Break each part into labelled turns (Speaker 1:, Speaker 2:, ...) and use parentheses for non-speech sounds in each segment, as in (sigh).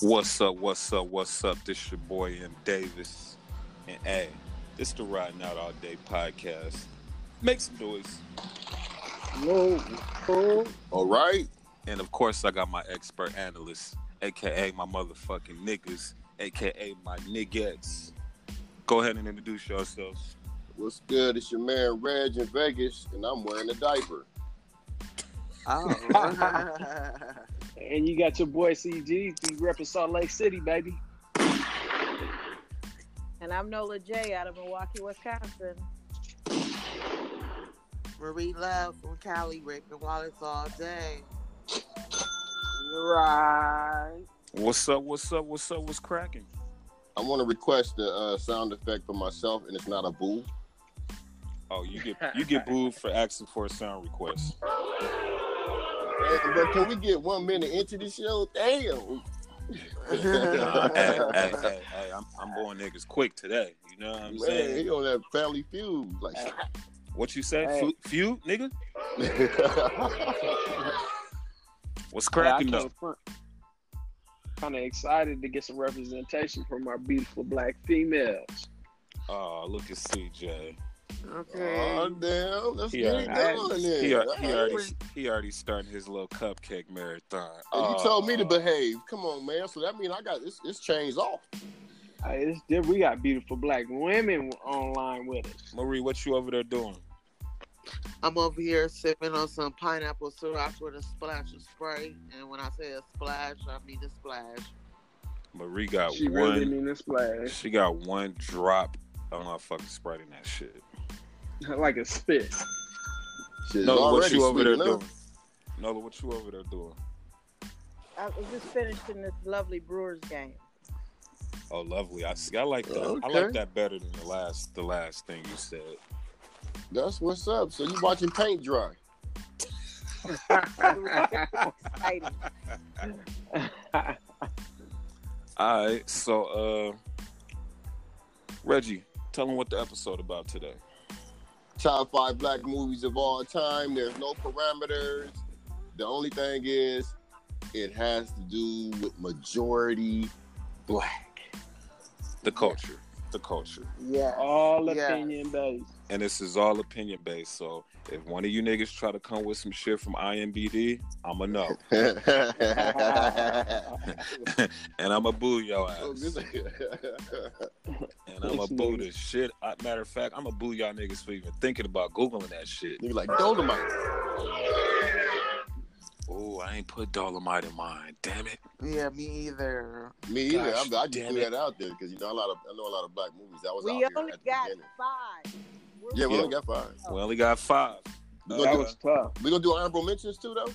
Speaker 1: What's up? What's up? What's up? This your boy M Davis, and hey, this the Riding Out All Day podcast. Make some noise,
Speaker 2: Whoa, whoa.
Speaker 3: All right.
Speaker 1: and of course, I got my expert analyst, aka my motherfucking niggas, aka my niggettes. Go ahead and introduce yourselves.
Speaker 3: What's good? It's your man Reg in Vegas, and I'm wearing a diaper.
Speaker 4: Oh, (laughs)
Speaker 2: And you got your boy CG. He repping Salt Lake City, baby.
Speaker 5: And I'm Nola J out of Milwaukee, Wisconsin.
Speaker 4: Marie Love from Cali, raping wallets all day.
Speaker 2: Right.
Speaker 1: What's up? What's up? What's up? What's cracking?
Speaker 3: I want to request the uh, sound effect for myself, and it's not a boo.
Speaker 1: Oh, you get you get booed for asking for a sound request.
Speaker 3: Hey, but can we get one minute into the show? Damn. (laughs)
Speaker 1: Nah, hey, (laughs) hey, hey, hey, I'm, I'm going niggas quick today. You know what I'm
Speaker 3: Man,
Speaker 1: saying?
Speaker 3: he on that family feud. Like,
Speaker 1: What you say?
Speaker 2: Hey.
Speaker 1: Fu Few, nigga?
Speaker 3: (laughs)
Speaker 1: What's cracking though?
Speaker 2: Kind of excited to get some representation from our beautiful black females.
Speaker 1: Oh, look at CJ.
Speaker 3: oh,
Speaker 4: Okay.
Speaker 3: damn. Let's
Speaker 1: He
Speaker 3: get it
Speaker 1: already-
Speaker 3: going
Speaker 1: He,
Speaker 3: then.
Speaker 1: he
Speaker 3: All
Speaker 1: already
Speaker 3: right.
Speaker 1: he already starting his little cupcake marathon.
Speaker 3: And
Speaker 1: Oh,
Speaker 3: you told me to behave. Come on, man. So that means I got it's, it's changed off.
Speaker 2: Hey, it's diff- we got beautiful black women online with us.
Speaker 1: Marie, what you over there doing?
Speaker 4: I'm over here sipping on some pineapple sriracha with a splash of Sprite. And when I say a splash, I mean a splash.
Speaker 1: Marie got
Speaker 2: She
Speaker 1: one.
Speaker 2: really mean to splash (laughs)
Speaker 1: she got one drop. I don't know if fucking sprite in that shit.
Speaker 2: like
Speaker 1: (laughs)
Speaker 2: a spit.
Speaker 3: Shit,
Speaker 1: No, what
Speaker 3: already
Speaker 1: you over there
Speaker 3: sweet enough.
Speaker 1: doing? Nola, what you over there doing?
Speaker 5: I was just finished in this lovely Brewers game.
Speaker 1: Oh, lovely. I see. I like that. I
Speaker 3: Okay.
Speaker 1: like that better than the last the last thing you said.
Speaker 3: That's what's up. So you watching paint dry.
Speaker 5: It was very
Speaker 3: (laughs)
Speaker 5: exciting.
Speaker 1: All right. So, uh, Reggie, tell them what the episode about today.
Speaker 3: top five black movies of all time. There's no parameters. The only thing is, it has to do with majority (laughs) black.
Speaker 1: The culture. The culture.
Speaker 4: Yeah.
Speaker 2: All
Speaker 4: Yeah.
Speaker 2: opinion based.
Speaker 1: (laughs) and this is all opinion based. So if one of you niggas try to come with some shit from IMBD, I'ma know, and I'ma boo (laughs) your ass, and I'ma
Speaker 2: Bitch
Speaker 1: boo
Speaker 2: niggas.
Speaker 1: this shit. I, matter of fact, I'ma boo y'all niggas for even thinking about googling that shit.
Speaker 3: You're like Dolomite.
Speaker 1: Oh, I ain't put Dolomite in mine. Damn it.
Speaker 4: Yeah, me either.
Speaker 3: Me either.
Speaker 1: Gosh,
Speaker 3: I'm, I just
Speaker 1: damn
Speaker 3: threw
Speaker 1: it.
Speaker 3: that out there because you know a lot of I know a lot of black movies. That was out
Speaker 5: We
Speaker 3: here
Speaker 5: only
Speaker 3: at the
Speaker 5: got
Speaker 3: beginning.
Speaker 5: five. We're-
Speaker 3: Yeah, we
Speaker 1: Yeah.
Speaker 3: only got five.
Speaker 1: We only got five.
Speaker 3: We
Speaker 1: Uh,
Speaker 3: gonna,
Speaker 2: That
Speaker 3: do,
Speaker 2: was tough.
Speaker 3: we gonna do honorable mentions too, though.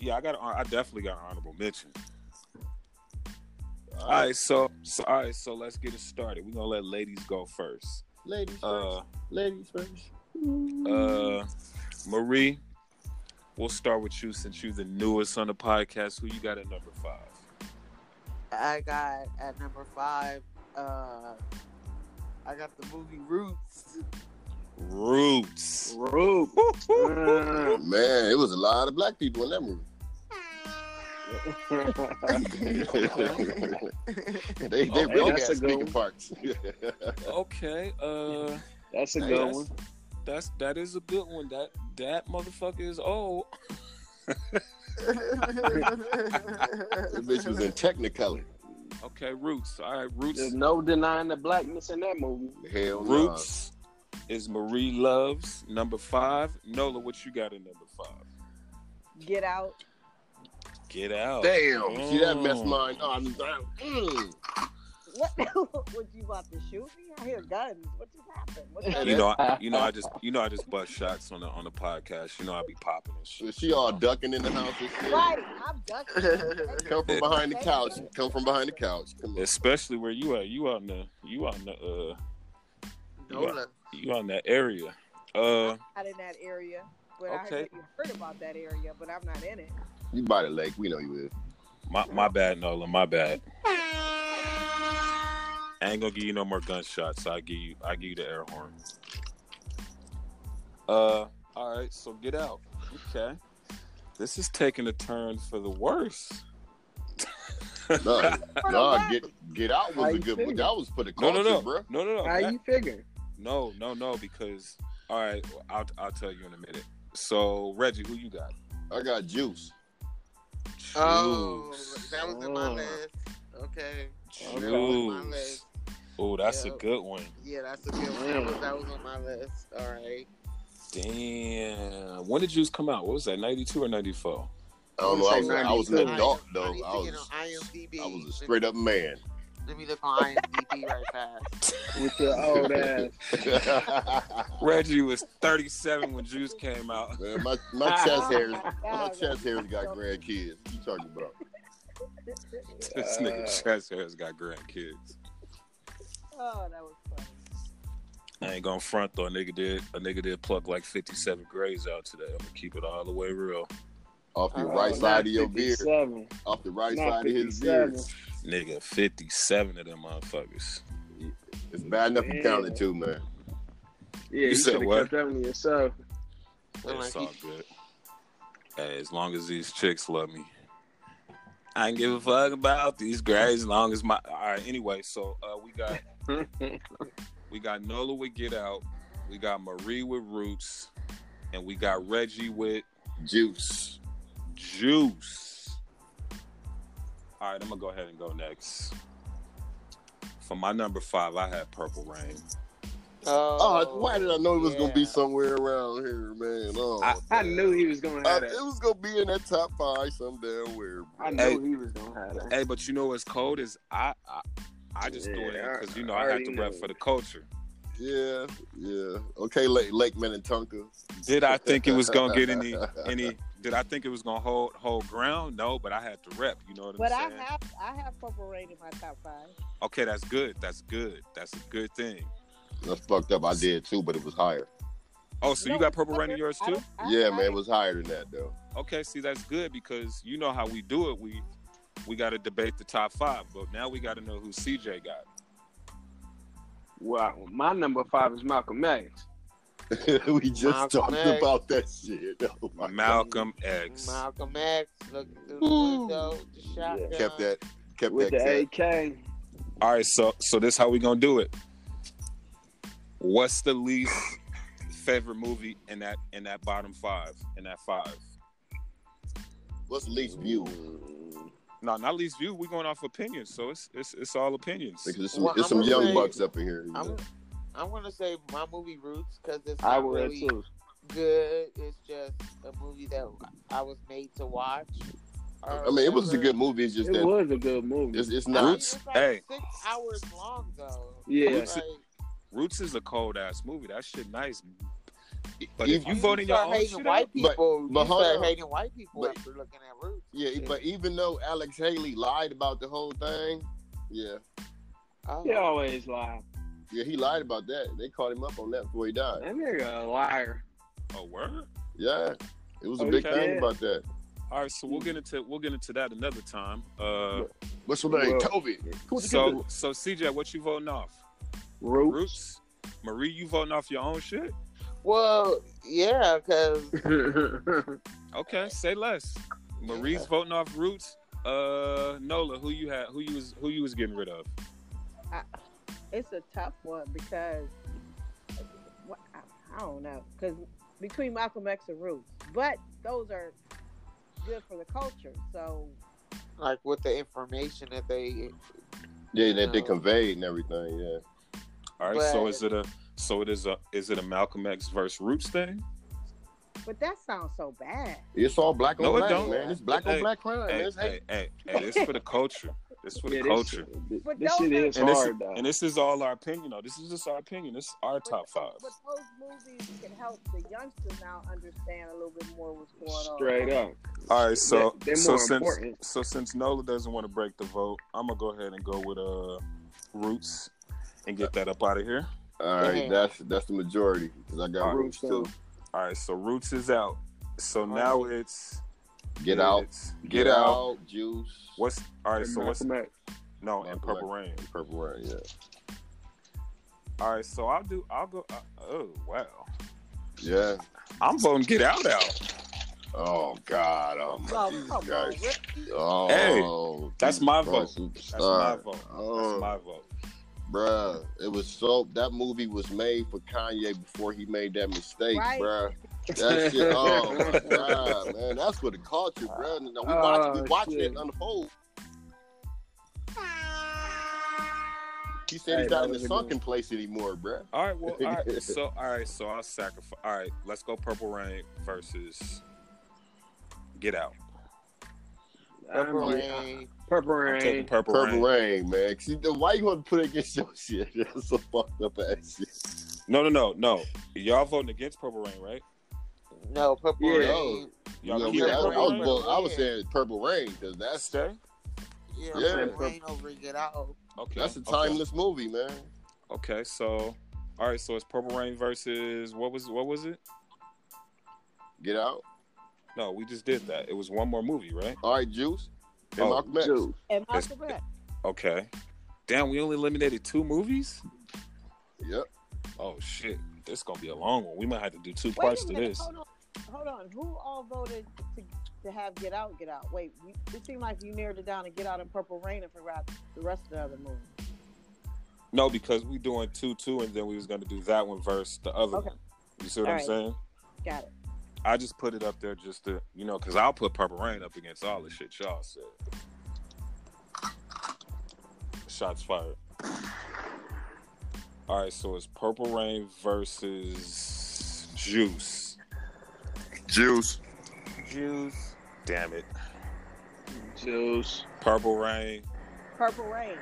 Speaker 1: Yeah, I got. a- I definitely got an honorable mention. All right, so, so all right, so let's get it started. We're gonna let ladies go first.
Speaker 3: ladies first.
Speaker 1: Uh,
Speaker 3: ladies first.
Speaker 1: Uh, Marie, we'll start with you since you're the newest on the podcast. Who you got at number five?
Speaker 4: I got at number five, uh, I got the movie Roots.
Speaker 1: Roots.
Speaker 2: Rude. Mm. (laughs)
Speaker 1: hmm.
Speaker 3: Man, it was a lot of black people in that movie.
Speaker 1: (laughs)
Speaker 3: (laughs) they they
Speaker 1: Okay,
Speaker 3: really
Speaker 2: that's
Speaker 3: got
Speaker 2: a good
Speaker 3: speaking
Speaker 2: one.
Speaker 3: parts.
Speaker 1: (laughs)
Speaker 3: (laughs)
Speaker 1: Okay, uh,
Speaker 2: That's a
Speaker 1: hey,
Speaker 2: good
Speaker 1: that's,
Speaker 2: one.
Speaker 1: that's that is a good one. That that motherfucker is old.
Speaker 3: the bitch was in Technicolor.
Speaker 1: Okay, Roots. All right,
Speaker 2: There's
Speaker 1: Roots.
Speaker 2: no denying the blackness in that movie.
Speaker 3: Hell no.
Speaker 1: Roots is Marie Loves number five. Nola, what you got at number five?
Speaker 5: Get out.
Speaker 1: Get out.
Speaker 3: Damn. See that
Speaker 1: Mm.
Speaker 3: messed mine. Oh, I'm down. Mm.
Speaker 5: What (laughs) would you about to shoot me? I hear guns. What just happened? What
Speaker 3: (laughs)
Speaker 2: You
Speaker 1: You know, I, you know, I just, you know, I just bust shots on the on the podcast. You know, I be popping and
Speaker 3: So
Speaker 1: shit.
Speaker 3: she all ducking in the house and shit.
Speaker 5: right. I'm
Speaker 3: (laughs)
Speaker 5: ducking.
Speaker 3: Come from behind the couch. Come from behind the couch. Come on.
Speaker 1: Especially where you at, you out in the, you out in the, uh,
Speaker 4: Nola.
Speaker 1: you out in that area. Uh,
Speaker 5: Not in that area. But I
Speaker 1: Okay.
Speaker 5: heard, you heard about that area, but I'm
Speaker 3: (laughs)
Speaker 5: not in it.
Speaker 3: You by the lake. We know you is.
Speaker 1: my my bad, Nola, my bad. I ain't gonna give you no more gunshots. So I give you, I give you the air horn. Uh, all right, so get out. Okay, this is taking a turn for the worse.
Speaker 3: No,
Speaker 5: What
Speaker 3: no,
Speaker 5: about-
Speaker 3: get get out was
Speaker 2: How
Speaker 3: a
Speaker 2: you
Speaker 3: good one.
Speaker 2: feel?
Speaker 3: That was for the
Speaker 1: No,
Speaker 3: culture,
Speaker 1: no, no,
Speaker 3: bro.
Speaker 1: no, no, no,
Speaker 2: How
Speaker 1: That-
Speaker 2: you figure?
Speaker 1: no, no, no. Because all right, I'll I'll tell you in a minute. So Reggie, who you got?
Speaker 3: I got juice.
Speaker 4: (laughs) Oh,
Speaker 1: Juice.
Speaker 4: that was in my
Speaker 2: Oh.
Speaker 4: list. Okay.
Speaker 3: Juice.
Speaker 4: That was in my
Speaker 1: Juice.
Speaker 4: list.
Speaker 1: Oh, that's a
Speaker 4: Yeah.
Speaker 1: good one.
Speaker 4: Yeah, that's a good one. That was, that was on my list. All right.
Speaker 1: Damn. When did Juice come out? What was that? Ninety two or ninety four?
Speaker 3: I don't know. I was,
Speaker 2: Say
Speaker 3: I was an
Speaker 2: 92.
Speaker 3: adult
Speaker 4: I- I
Speaker 3: though.
Speaker 4: need to
Speaker 3: I
Speaker 4: get
Speaker 3: was
Speaker 4: on IMDb.
Speaker 3: I was a straight up man.
Speaker 4: Let me look on IMDb right
Speaker 3: (laughs)
Speaker 4: fast.
Speaker 2: With your old ass.
Speaker 3: man, (laughs)
Speaker 1: Reggie was thirty seven when Juice came out. (laughs)
Speaker 3: my, my chest hairs, my
Speaker 5: God,
Speaker 3: chest hairs got
Speaker 5: so-
Speaker 3: grandkids. What you talking about?
Speaker 1: This nigga chest hair's got grandkids.
Speaker 5: (laughs) Oh, that was funny.
Speaker 1: I ain't gonna front though. A nigga did a nigga did pluck like fifty seven grays out today. I'm gonna keep it all the way real.
Speaker 3: Off the
Speaker 2: Oh,
Speaker 3: right
Speaker 2: not
Speaker 3: side of your beard.
Speaker 2: 57.
Speaker 3: Off the right
Speaker 2: Not
Speaker 3: side of his
Speaker 2: 57.
Speaker 3: beard.
Speaker 1: Nigga, fifty seven of them motherfuckers.
Speaker 3: It's bad enough you
Speaker 2: Man.
Speaker 3: counted too, man.
Speaker 2: Yeah, you,
Speaker 1: said
Speaker 2: should have
Speaker 1: what?
Speaker 2: kept that one to yourself. (laughs)
Speaker 4: I'm like,
Speaker 1: It's all good. Hey, as long as these chicks love me, I ain't give a fuck about these grays. As long as my all right. Anyway, so uh, we got we got Nola with Get Out, we got Marie with Roots, and we got Reggie with
Speaker 3: Juice.
Speaker 1: Juice. All right, I'm gonna go ahead and go next. For my number five, I had Purple Rain.
Speaker 3: Oh, why did I know it was gonna be
Speaker 4: yeah.
Speaker 3: somewhere around here, man? Oh,
Speaker 1: I-
Speaker 2: I knew he was gonna
Speaker 3: I-
Speaker 2: have
Speaker 3: it
Speaker 2: that.
Speaker 3: was gonna be in that top five some damn where.
Speaker 2: I
Speaker 1: Hey.
Speaker 2: knew he was gonna have that.
Speaker 1: Hey, but you know what's cold is I I, I just threw it in
Speaker 2: Yeah,
Speaker 1: because you know
Speaker 2: I
Speaker 1: I, have
Speaker 2: already
Speaker 1: to rep
Speaker 2: know.
Speaker 1: for the culture.
Speaker 3: Yeah, yeah. Okay, Lake Lake Minnetonka.
Speaker 1: Did I think it was gonna get
Speaker 3: (laughs)
Speaker 1: any any?
Speaker 2: (laughs)
Speaker 1: Did I think it was gonna hold hold ground? No, but I had to rep. You know what I'm
Speaker 5: But I
Speaker 1: saying?
Speaker 5: have I have Purple Rain in my top five.
Speaker 1: okay, that's good. That's good. That's a good thing.
Speaker 3: That's fucked up. I did too, but it was higher.
Speaker 1: Oh, so you
Speaker 5: No,
Speaker 1: got purple rain in
Speaker 5: I
Speaker 1: yours
Speaker 5: don't-
Speaker 1: too?
Speaker 5: I-
Speaker 3: yeah,
Speaker 5: I-
Speaker 3: man, it was higher than that though.
Speaker 1: Okay, see that's good because you know how we do it. We we got to debate the top five, but now we got to know who CJ got.
Speaker 2: Well, my number five is Malcolm X.
Speaker 3: (laughs) we just
Speaker 4: Malcolm
Speaker 3: talked
Speaker 4: X.
Speaker 3: about that shit. Oh my
Speaker 1: Malcolm X.
Speaker 4: Malcolm X looking through the
Speaker 2: Ooh.
Speaker 4: window, the shotgun.
Speaker 3: God. kept that kept
Speaker 2: With
Speaker 3: that.
Speaker 2: the
Speaker 3: cat.
Speaker 2: AK.
Speaker 1: All right, so so this how we gonna do it. What's the least favorite movie in that in that bottom five in that five?
Speaker 3: What's least view?
Speaker 1: No, not least view. We're going off opinions, so it's it's it's all opinions.
Speaker 3: Because there's some,
Speaker 4: Well,
Speaker 3: there's
Speaker 4: I'm
Speaker 3: some
Speaker 4: gonna
Speaker 3: young
Speaker 4: say-
Speaker 3: bucks up in here. you
Speaker 4: I'm,
Speaker 3: know.
Speaker 4: I'm gonna say my movie Roots because it's
Speaker 2: I
Speaker 4: not
Speaker 2: would
Speaker 4: really
Speaker 2: too.
Speaker 4: good. It's just a movie that I was made to watch. or
Speaker 3: I mean, it was a
Speaker 4: whatever.
Speaker 3: good movie. It's just
Speaker 2: It
Speaker 3: that
Speaker 2: was a good movie.
Speaker 3: it's, it's
Speaker 4: I mean,
Speaker 3: not.
Speaker 4: it's like
Speaker 1: Hey.
Speaker 4: six hours long though.
Speaker 2: Yeah.
Speaker 4: Like,
Speaker 1: Roots- Roots is a cold ass movie. That shit nice. But
Speaker 3: If
Speaker 1: if you
Speaker 3: you
Speaker 1: vote in your
Speaker 4: start
Speaker 1: own
Speaker 4: hating
Speaker 1: shit, out,
Speaker 4: white
Speaker 3: But-
Speaker 4: people.
Speaker 3: but
Speaker 4: you
Speaker 3: hold
Speaker 4: start
Speaker 3: on.
Speaker 4: hating white people
Speaker 3: But-
Speaker 4: after looking at Roots.
Speaker 3: Yeah, but even though Alex Haley lied about the whole thing, yeah,
Speaker 4: Oh.
Speaker 2: He always lie.
Speaker 3: yeah, he lied about that. They caught him up on that before he died.
Speaker 2: That nigga a liar.
Speaker 1: oh word.
Speaker 3: Yeah, it was a
Speaker 2: Oh,
Speaker 3: big
Speaker 2: yeah.
Speaker 3: thing about that.
Speaker 1: All right, so we'll get into we'll get into that another time. Uh,
Speaker 3: What's your name?
Speaker 2: Well,
Speaker 3: Toby.
Speaker 1: so so CJ, what you voting off?
Speaker 2: Roots. (laughs)
Speaker 1: Roots, Marie, you voting off your own shit?
Speaker 4: Well, yeah, because
Speaker 1: Okay, say less. Marie's voting off Roots. Uh, Nola, who you had? Who you was? Who you was getting rid of?
Speaker 5: It's a tough one because what, I, I don't know because between Malcolm X and Roots, but those are good for the culture. So
Speaker 4: like with the information that they
Speaker 3: yeah, that they
Speaker 4: No.
Speaker 3: conveyed and everything. Yeah.
Speaker 1: All right, so
Speaker 4: But-
Speaker 1: is it a? So it is a? Is it a Malcolm X versus Roots thing?
Speaker 5: But that sounds so bad.
Speaker 3: It's all black on
Speaker 1: No, it
Speaker 3: black,
Speaker 1: don't.
Speaker 3: man. It's black on
Speaker 1: Hey,
Speaker 3: black crime. man.
Speaker 1: Hey,
Speaker 3: It's
Speaker 1: hey,
Speaker 3: hate.
Speaker 1: hey, hey, this for the culture. This for the
Speaker 2: Oh, Yeah, this-
Speaker 1: culture.
Speaker 2: This,
Speaker 5: But
Speaker 2: this
Speaker 5: those
Speaker 2: shit
Speaker 5: are-
Speaker 2: is
Speaker 1: And this,
Speaker 2: hard though.
Speaker 1: and this is all our opinion, though. This is just our opinion. This is our
Speaker 5: But-
Speaker 1: top five.
Speaker 5: But those movies can help the youngsters now understand a little bit more what's going on.
Speaker 2: Straight up.
Speaker 1: All right, so
Speaker 2: They- they're
Speaker 1: so
Speaker 2: more
Speaker 1: since
Speaker 2: important.
Speaker 1: so since Nola doesn't want to break the vote, I'm gonna go ahead and go with uh Roots and get that up out of here.
Speaker 3: All right,
Speaker 5: Mm-hmm.
Speaker 4: Yeah.
Speaker 3: that's that's the majority because I got
Speaker 1: All right,
Speaker 3: roots too.
Speaker 1: All right, so Roots is out. So now it's
Speaker 3: Get out,
Speaker 1: it's Get, out.
Speaker 3: juice.
Speaker 1: What's all right?
Speaker 2: And
Speaker 1: So what's
Speaker 2: Malcolm X.
Speaker 1: no and
Speaker 3: Malcolm
Speaker 1: Purple Rain?
Speaker 3: Purple Rain, yeah.
Speaker 1: All right, so I'll do. I'll go. Uh, oh wow,
Speaker 3: Yeah.
Speaker 1: I'm voting Get Out out.
Speaker 3: Oh God! Oh my
Speaker 5: Oh,
Speaker 3: Jesus
Speaker 5: come on,
Speaker 3: Christ.
Speaker 5: Rick.
Speaker 3: Oh,
Speaker 1: Hey, that's my
Speaker 3: Jesus
Speaker 1: vote.
Speaker 3: Christ, you
Speaker 1: That's my
Speaker 3: star.
Speaker 1: vote.
Speaker 3: Oh,
Speaker 1: That's my vote.
Speaker 3: bruh, it was so. That movie was made for Kanye before he made that mistake,
Speaker 5: Right.
Speaker 3: bruh. That shit. Oh my
Speaker 2: (laughs)
Speaker 3: God, man, that's what the culture, bruh. Now, we watch, we
Speaker 2: Oh,
Speaker 3: watching
Speaker 2: shit.
Speaker 3: it unfold. He said
Speaker 2: Hey,
Speaker 3: he's not
Speaker 2: that
Speaker 3: in the
Speaker 2: was a good
Speaker 3: sunken place anymore, bruh.
Speaker 1: All right, well, all
Speaker 3: (laughs)
Speaker 1: right. So, all right, so I'll sacrifice. All right, let's go. Purple Rain versus Get Out.
Speaker 2: I'm-
Speaker 4: Purple
Speaker 2: I'm
Speaker 4: Rain.
Speaker 2: Purple
Speaker 1: I'm taking
Speaker 2: Rain.
Speaker 1: Purple,
Speaker 3: Purple
Speaker 1: Rain.
Speaker 3: Rain, man. See, then why you gonna put it against (laughs) your shit? That's so fucked up ass shit.
Speaker 1: No, no, no, no. Y'all voting against Purple Rain, right?
Speaker 4: No, Purple
Speaker 2: Yeah.
Speaker 4: Rain.
Speaker 3: You
Speaker 1: Y'all
Speaker 3: know, yeah,
Speaker 4: keep
Speaker 1: keeping
Speaker 4: it
Speaker 3: I,
Speaker 1: Purple
Speaker 3: was,
Speaker 4: going.
Speaker 3: I, was,
Speaker 1: Rain?
Speaker 3: well, I was saying Purple Rain because that's
Speaker 1: Stay?
Speaker 4: Yeah,
Speaker 3: Yeah.
Speaker 4: Purple Rain over Get Out.
Speaker 1: Okay.
Speaker 3: that's a
Speaker 1: okay.
Speaker 3: timeless movie, man.
Speaker 1: Okay, so all right, so it's Purple Rain versus what was what was it?
Speaker 3: Get out.
Speaker 1: No, we just did that. It was one more movie, right?
Speaker 3: All right, Juice and
Speaker 1: Oh,
Speaker 3: Malcolm X.
Speaker 2: Juice.
Speaker 5: And
Speaker 1: That's-
Speaker 5: Michael X.
Speaker 1: Okay. Damn, we only eliminated two movies.
Speaker 3: Yep.
Speaker 1: Oh shit, this gonna be a long one. We might have to do two
Speaker 5: Wait
Speaker 1: parts
Speaker 5: a
Speaker 1: to
Speaker 5: minute.
Speaker 1: this.
Speaker 5: Hold on. Hold on. Who all voted to, to have Get Out, Get Out? Wait, you, it seemed like you narrowed it down to Get Out and Purple Rain and forgot the rest of the other movies.
Speaker 1: No, because we doing two two, and then we was gonna do that one versus the other
Speaker 5: Okay.
Speaker 1: one. You see what
Speaker 5: All
Speaker 1: I'm
Speaker 5: right.
Speaker 1: saying?
Speaker 5: Got it.
Speaker 1: I just put it up there just to you know, cause I'll put Purple Rain up against all the shit y'all said. Shots fired. All right, so it's Purple Rain versus Juice.
Speaker 3: Juice.
Speaker 4: Juice.
Speaker 1: Damn it,
Speaker 2: Juice.
Speaker 1: Purple Rain.
Speaker 5: Purple Rain.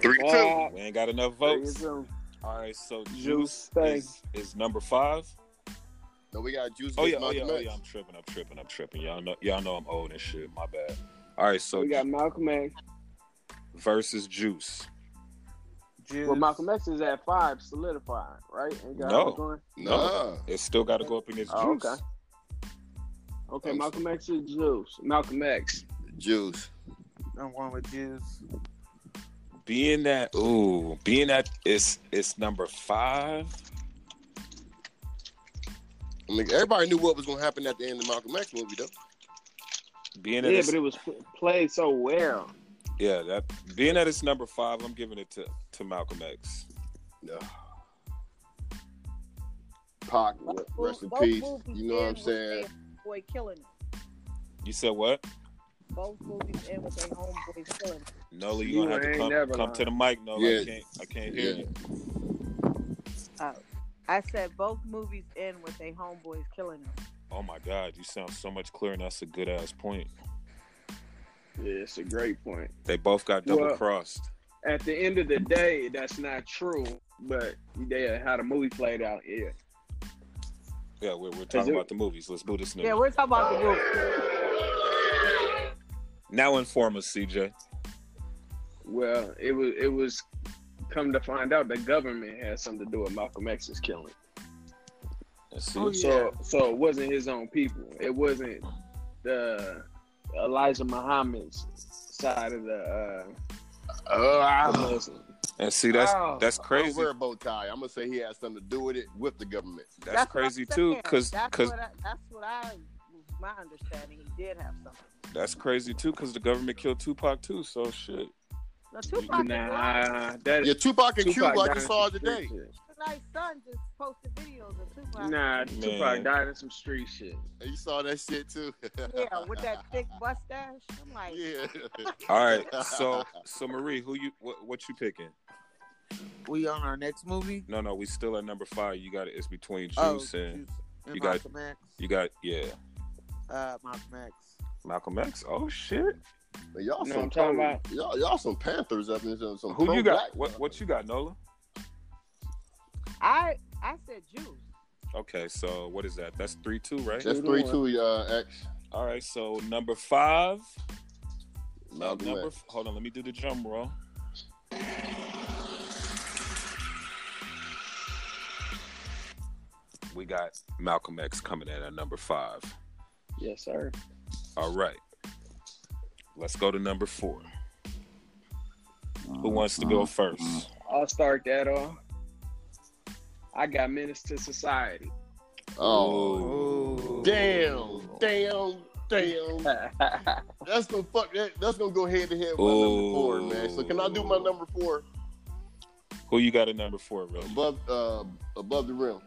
Speaker 3: Three
Speaker 2: Oh,
Speaker 1: We ain't got enough
Speaker 2: three,
Speaker 1: votes.
Speaker 2: two.
Speaker 1: All right, so
Speaker 2: Juice
Speaker 1: Juice
Speaker 2: thing.
Speaker 1: is, is number five.
Speaker 3: No, we got Juice.
Speaker 1: Oh
Speaker 3: versus
Speaker 1: yeah, oh yeah,
Speaker 3: Malcolm
Speaker 1: oh
Speaker 3: X.
Speaker 1: yeah. I'm tripping. I'm tripping. I'm tripping. Y'all know. Y'all know I'm old and shit. My bad. All right, so
Speaker 2: we got Malcolm X.
Speaker 1: versus Juice.
Speaker 4: Juice.
Speaker 2: Well, Malcolm X is at five, solidified, right? Ain't got
Speaker 1: No.
Speaker 2: it going?
Speaker 3: Nah.
Speaker 1: It's still got to go up against
Speaker 2: Oh,
Speaker 1: Juice.
Speaker 2: okay. Okay,
Speaker 3: I'm
Speaker 2: Malcolm X is Juice. Malcolm X.
Speaker 3: Juice.
Speaker 4: I'm going with Juice.
Speaker 1: Being that, ooh, being that it's it's number five.
Speaker 3: I mean, everybody knew what was gonna happen at the end of Malcolm X movie, though.
Speaker 1: Being that,
Speaker 2: Yeah,
Speaker 1: it's,
Speaker 2: but it was pl- played so well.
Speaker 1: yeah, that being that it's number five, I'm giving it to to Malcolm X.
Speaker 3: No. Pac,
Speaker 5: Both
Speaker 3: rest in
Speaker 5: both
Speaker 3: peace.
Speaker 5: movies
Speaker 3: You know what I'm
Speaker 5: end with
Speaker 3: saying?
Speaker 5: their Boy killing it.
Speaker 1: You said what?
Speaker 5: Both movies end with their homeboy killing it.
Speaker 1: Nola,
Speaker 2: You
Speaker 1: you gonna have to
Speaker 2: ain't
Speaker 1: come,
Speaker 2: never
Speaker 1: come
Speaker 2: lying.
Speaker 1: to the mic. No,
Speaker 3: Yeah.
Speaker 1: I can't. I can't hear
Speaker 3: Yeah.
Speaker 1: you.
Speaker 5: I said both movies end with their homeboys killing them.
Speaker 1: Oh my God, you sound so much clearer. And that's a good ass point.
Speaker 2: Yeah, it's a great point.
Speaker 1: They both got double
Speaker 2: Well-
Speaker 1: crossed.
Speaker 2: At the end of the day, that's not true. But they how the movie played out. Yeah.
Speaker 1: Yeah, we're, we're talking
Speaker 2: it-
Speaker 1: about the movies. Let's do this now.
Speaker 5: Yeah, we're talking about the movie.
Speaker 1: now inform us, CJ.
Speaker 2: Well, it was. It was. Come to find out, the government had something to do with Malcolm X's killing.
Speaker 1: Let's see.
Speaker 4: Oh, yeah.
Speaker 2: So, so it wasn't his own people. It wasn't the Elijah Muhammad's side of the.
Speaker 3: Oh,
Speaker 2: Uh, the
Speaker 3: I-
Speaker 2: Muslim.
Speaker 1: And see, that's
Speaker 2: Oh,
Speaker 1: that's
Speaker 3: I
Speaker 1: crazy.
Speaker 3: wear a bow tie. I'm gonna say he had something to do with it with the government.
Speaker 1: That's,
Speaker 5: what I'm
Speaker 1: crazy too,
Speaker 5: saying.
Speaker 1: cause
Speaker 5: that's
Speaker 1: 'cause-
Speaker 5: what I, that's what I my understanding. He did have something.
Speaker 1: that's crazy too, cause the government killed Tupac too. So
Speaker 5: (laughs)
Speaker 1: shit.
Speaker 5: Now, Tupac nah.
Speaker 2: Nah, that
Speaker 3: Yeah, Tupac and
Speaker 2: Tupac
Speaker 3: Cube, like
Speaker 2: died
Speaker 3: you
Speaker 2: in
Speaker 3: saw
Speaker 2: some
Speaker 3: today.
Speaker 2: street
Speaker 5: Tonight's son just posted videos of
Speaker 2: shit.
Speaker 5: Tupac.
Speaker 2: Nah,
Speaker 1: Man.
Speaker 2: Tupac died in some street shit.
Speaker 3: You saw that shit too.
Speaker 5: Yeah, with
Speaker 3: (laughs)
Speaker 5: that thick mustache. I'm like,
Speaker 3: Yeah.
Speaker 1: All right. So so Marie, who you what, what you picking?
Speaker 4: We on our next movie.
Speaker 1: No, no, we still at number five. You got it. It's between Juice
Speaker 4: Oh,
Speaker 1: and
Speaker 4: Juice and
Speaker 1: you got-
Speaker 4: Malcolm X.
Speaker 1: you got yeah
Speaker 4: Uh, Malcolm X.
Speaker 1: Malcolm X. Oh shit.
Speaker 3: But y'all
Speaker 2: You know
Speaker 3: some
Speaker 2: what I'm talking
Speaker 3: pro-
Speaker 2: about?
Speaker 3: Y'all, y'all some Panthers up in some. some
Speaker 1: Who you got?
Speaker 3: pro-black-
Speaker 1: What what you got, Nola?
Speaker 5: I I said Juice.
Speaker 1: Okay, so what is that? That's three two, right?
Speaker 3: That's three two. Uh, X.
Speaker 1: All right. So number five.
Speaker 3: Malcolm
Speaker 1: number,
Speaker 3: X.
Speaker 1: f- Hold on. Let me do the drum roll. We got Malcolm X coming in at number five.
Speaker 2: Yes, sir.
Speaker 1: All right. Let's go to number four. Who wants to go first?
Speaker 2: I'll start that off. I got menace to society. (laughs)
Speaker 3: Oh
Speaker 1: Ooh.
Speaker 3: damn! damn, damn. That's gonna fuck that. That's gonna go head to head with my
Speaker 1: Ooh.
Speaker 3: number four, man. So can I do my number four
Speaker 1: Who you got at number four, bro?
Speaker 3: above uh above the rim?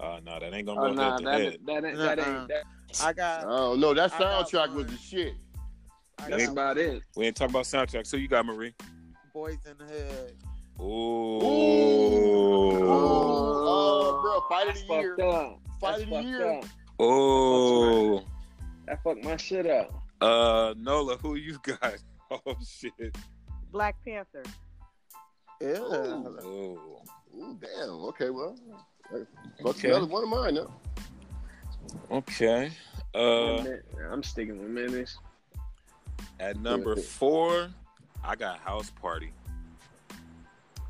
Speaker 1: Uh, no, that ain't gonna
Speaker 2: oh
Speaker 1: go
Speaker 2: nah,
Speaker 1: head to
Speaker 2: that
Speaker 1: head.
Speaker 2: ain't, that ain't that
Speaker 4: Uh-uh.
Speaker 2: ain't that,
Speaker 4: I
Speaker 3: I
Speaker 4: got.
Speaker 3: don't know. That
Speaker 4: I got
Speaker 3: soundtrack was
Speaker 4: one.
Speaker 3: the shit.
Speaker 4: I
Speaker 2: that's
Speaker 4: got
Speaker 2: about it.
Speaker 1: We ain't talking about soundtracks. So you got Marie.
Speaker 4: Boys in the Hood.
Speaker 1: Ooh.
Speaker 2: Ooh.
Speaker 1: Ooh.
Speaker 3: Oh, bro, fight
Speaker 2: That's
Speaker 3: of the year.
Speaker 2: fucked up.
Speaker 3: Fight
Speaker 2: That's
Speaker 3: of the
Speaker 2: fucked
Speaker 3: year.
Speaker 2: up. That fucked my shit up.
Speaker 1: Uh, Nola, who you got? (laughs) Oh shit.
Speaker 5: Black Panther.
Speaker 4: Yeah.
Speaker 1: Oh.
Speaker 3: Ooh, damn. Okay, well, fuck
Speaker 1: Okay.
Speaker 3: another one of mine. Huh?
Speaker 1: Okay. Uh,
Speaker 2: Man, I'm sticking with minutes.
Speaker 1: at number four, I got House Party.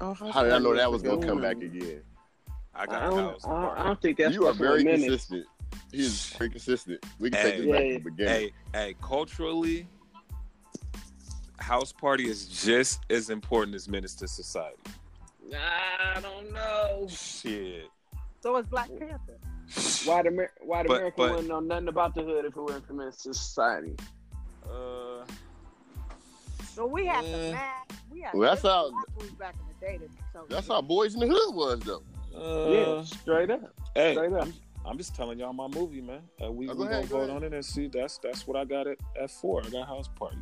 Speaker 4: Oh, how
Speaker 3: How did I know that was
Speaker 4: forget
Speaker 3: gonna come
Speaker 4: one?
Speaker 3: back again?
Speaker 1: I
Speaker 2: I
Speaker 1: got House
Speaker 2: don't, I, don't, I
Speaker 1: Party.
Speaker 2: don't think that's
Speaker 3: you are
Speaker 2: fucking with
Speaker 3: very
Speaker 2: minutes.
Speaker 3: consistent. He's very consistent. We can take
Speaker 1: Hey.
Speaker 3: this back
Speaker 2: Yeah.
Speaker 3: to the beginning.
Speaker 1: Hey, hey, culturally, House Party is just as important as Menace to Society.
Speaker 2: Nah, I don't know.
Speaker 1: Shit.
Speaker 5: So it's Black Panther.
Speaker 2: White, Amer- White
Speaker 1: But-
Speaker 2: America
Speaker 1: but-
Speaker 2: wouldn't know nothing about the hood if it weren't for Menace to Society.
Speaker 1: Uh,
Speaker 5: So we had
Speaker 1: Yeah.
Speaker 2: Mm.
Speaker 5: the mad. We had
Speaker 3: Well, that's
Speaker 5: the
Speaker 3: how-
Speaker 5: black movies back in the day. that- so-
Speaker 3: That's how Boys in the Hood was though.
Speaker 2: yeah,
Speaker 1: uh,
Speaker 2: straight up.
Speaker 1: hey,
Speaker 2: Straight up.
Speaker 1: I'm just telling y'all my movie, man. Uh, we we
Speaker 3: Oh, go
Speaker 1: gonna
Speaker 3: ahead, go
Speaker 1: vote
Speaker 3: ahead.
Speaker 1: on it and see. That's that's what I got at, at four. I got House Party.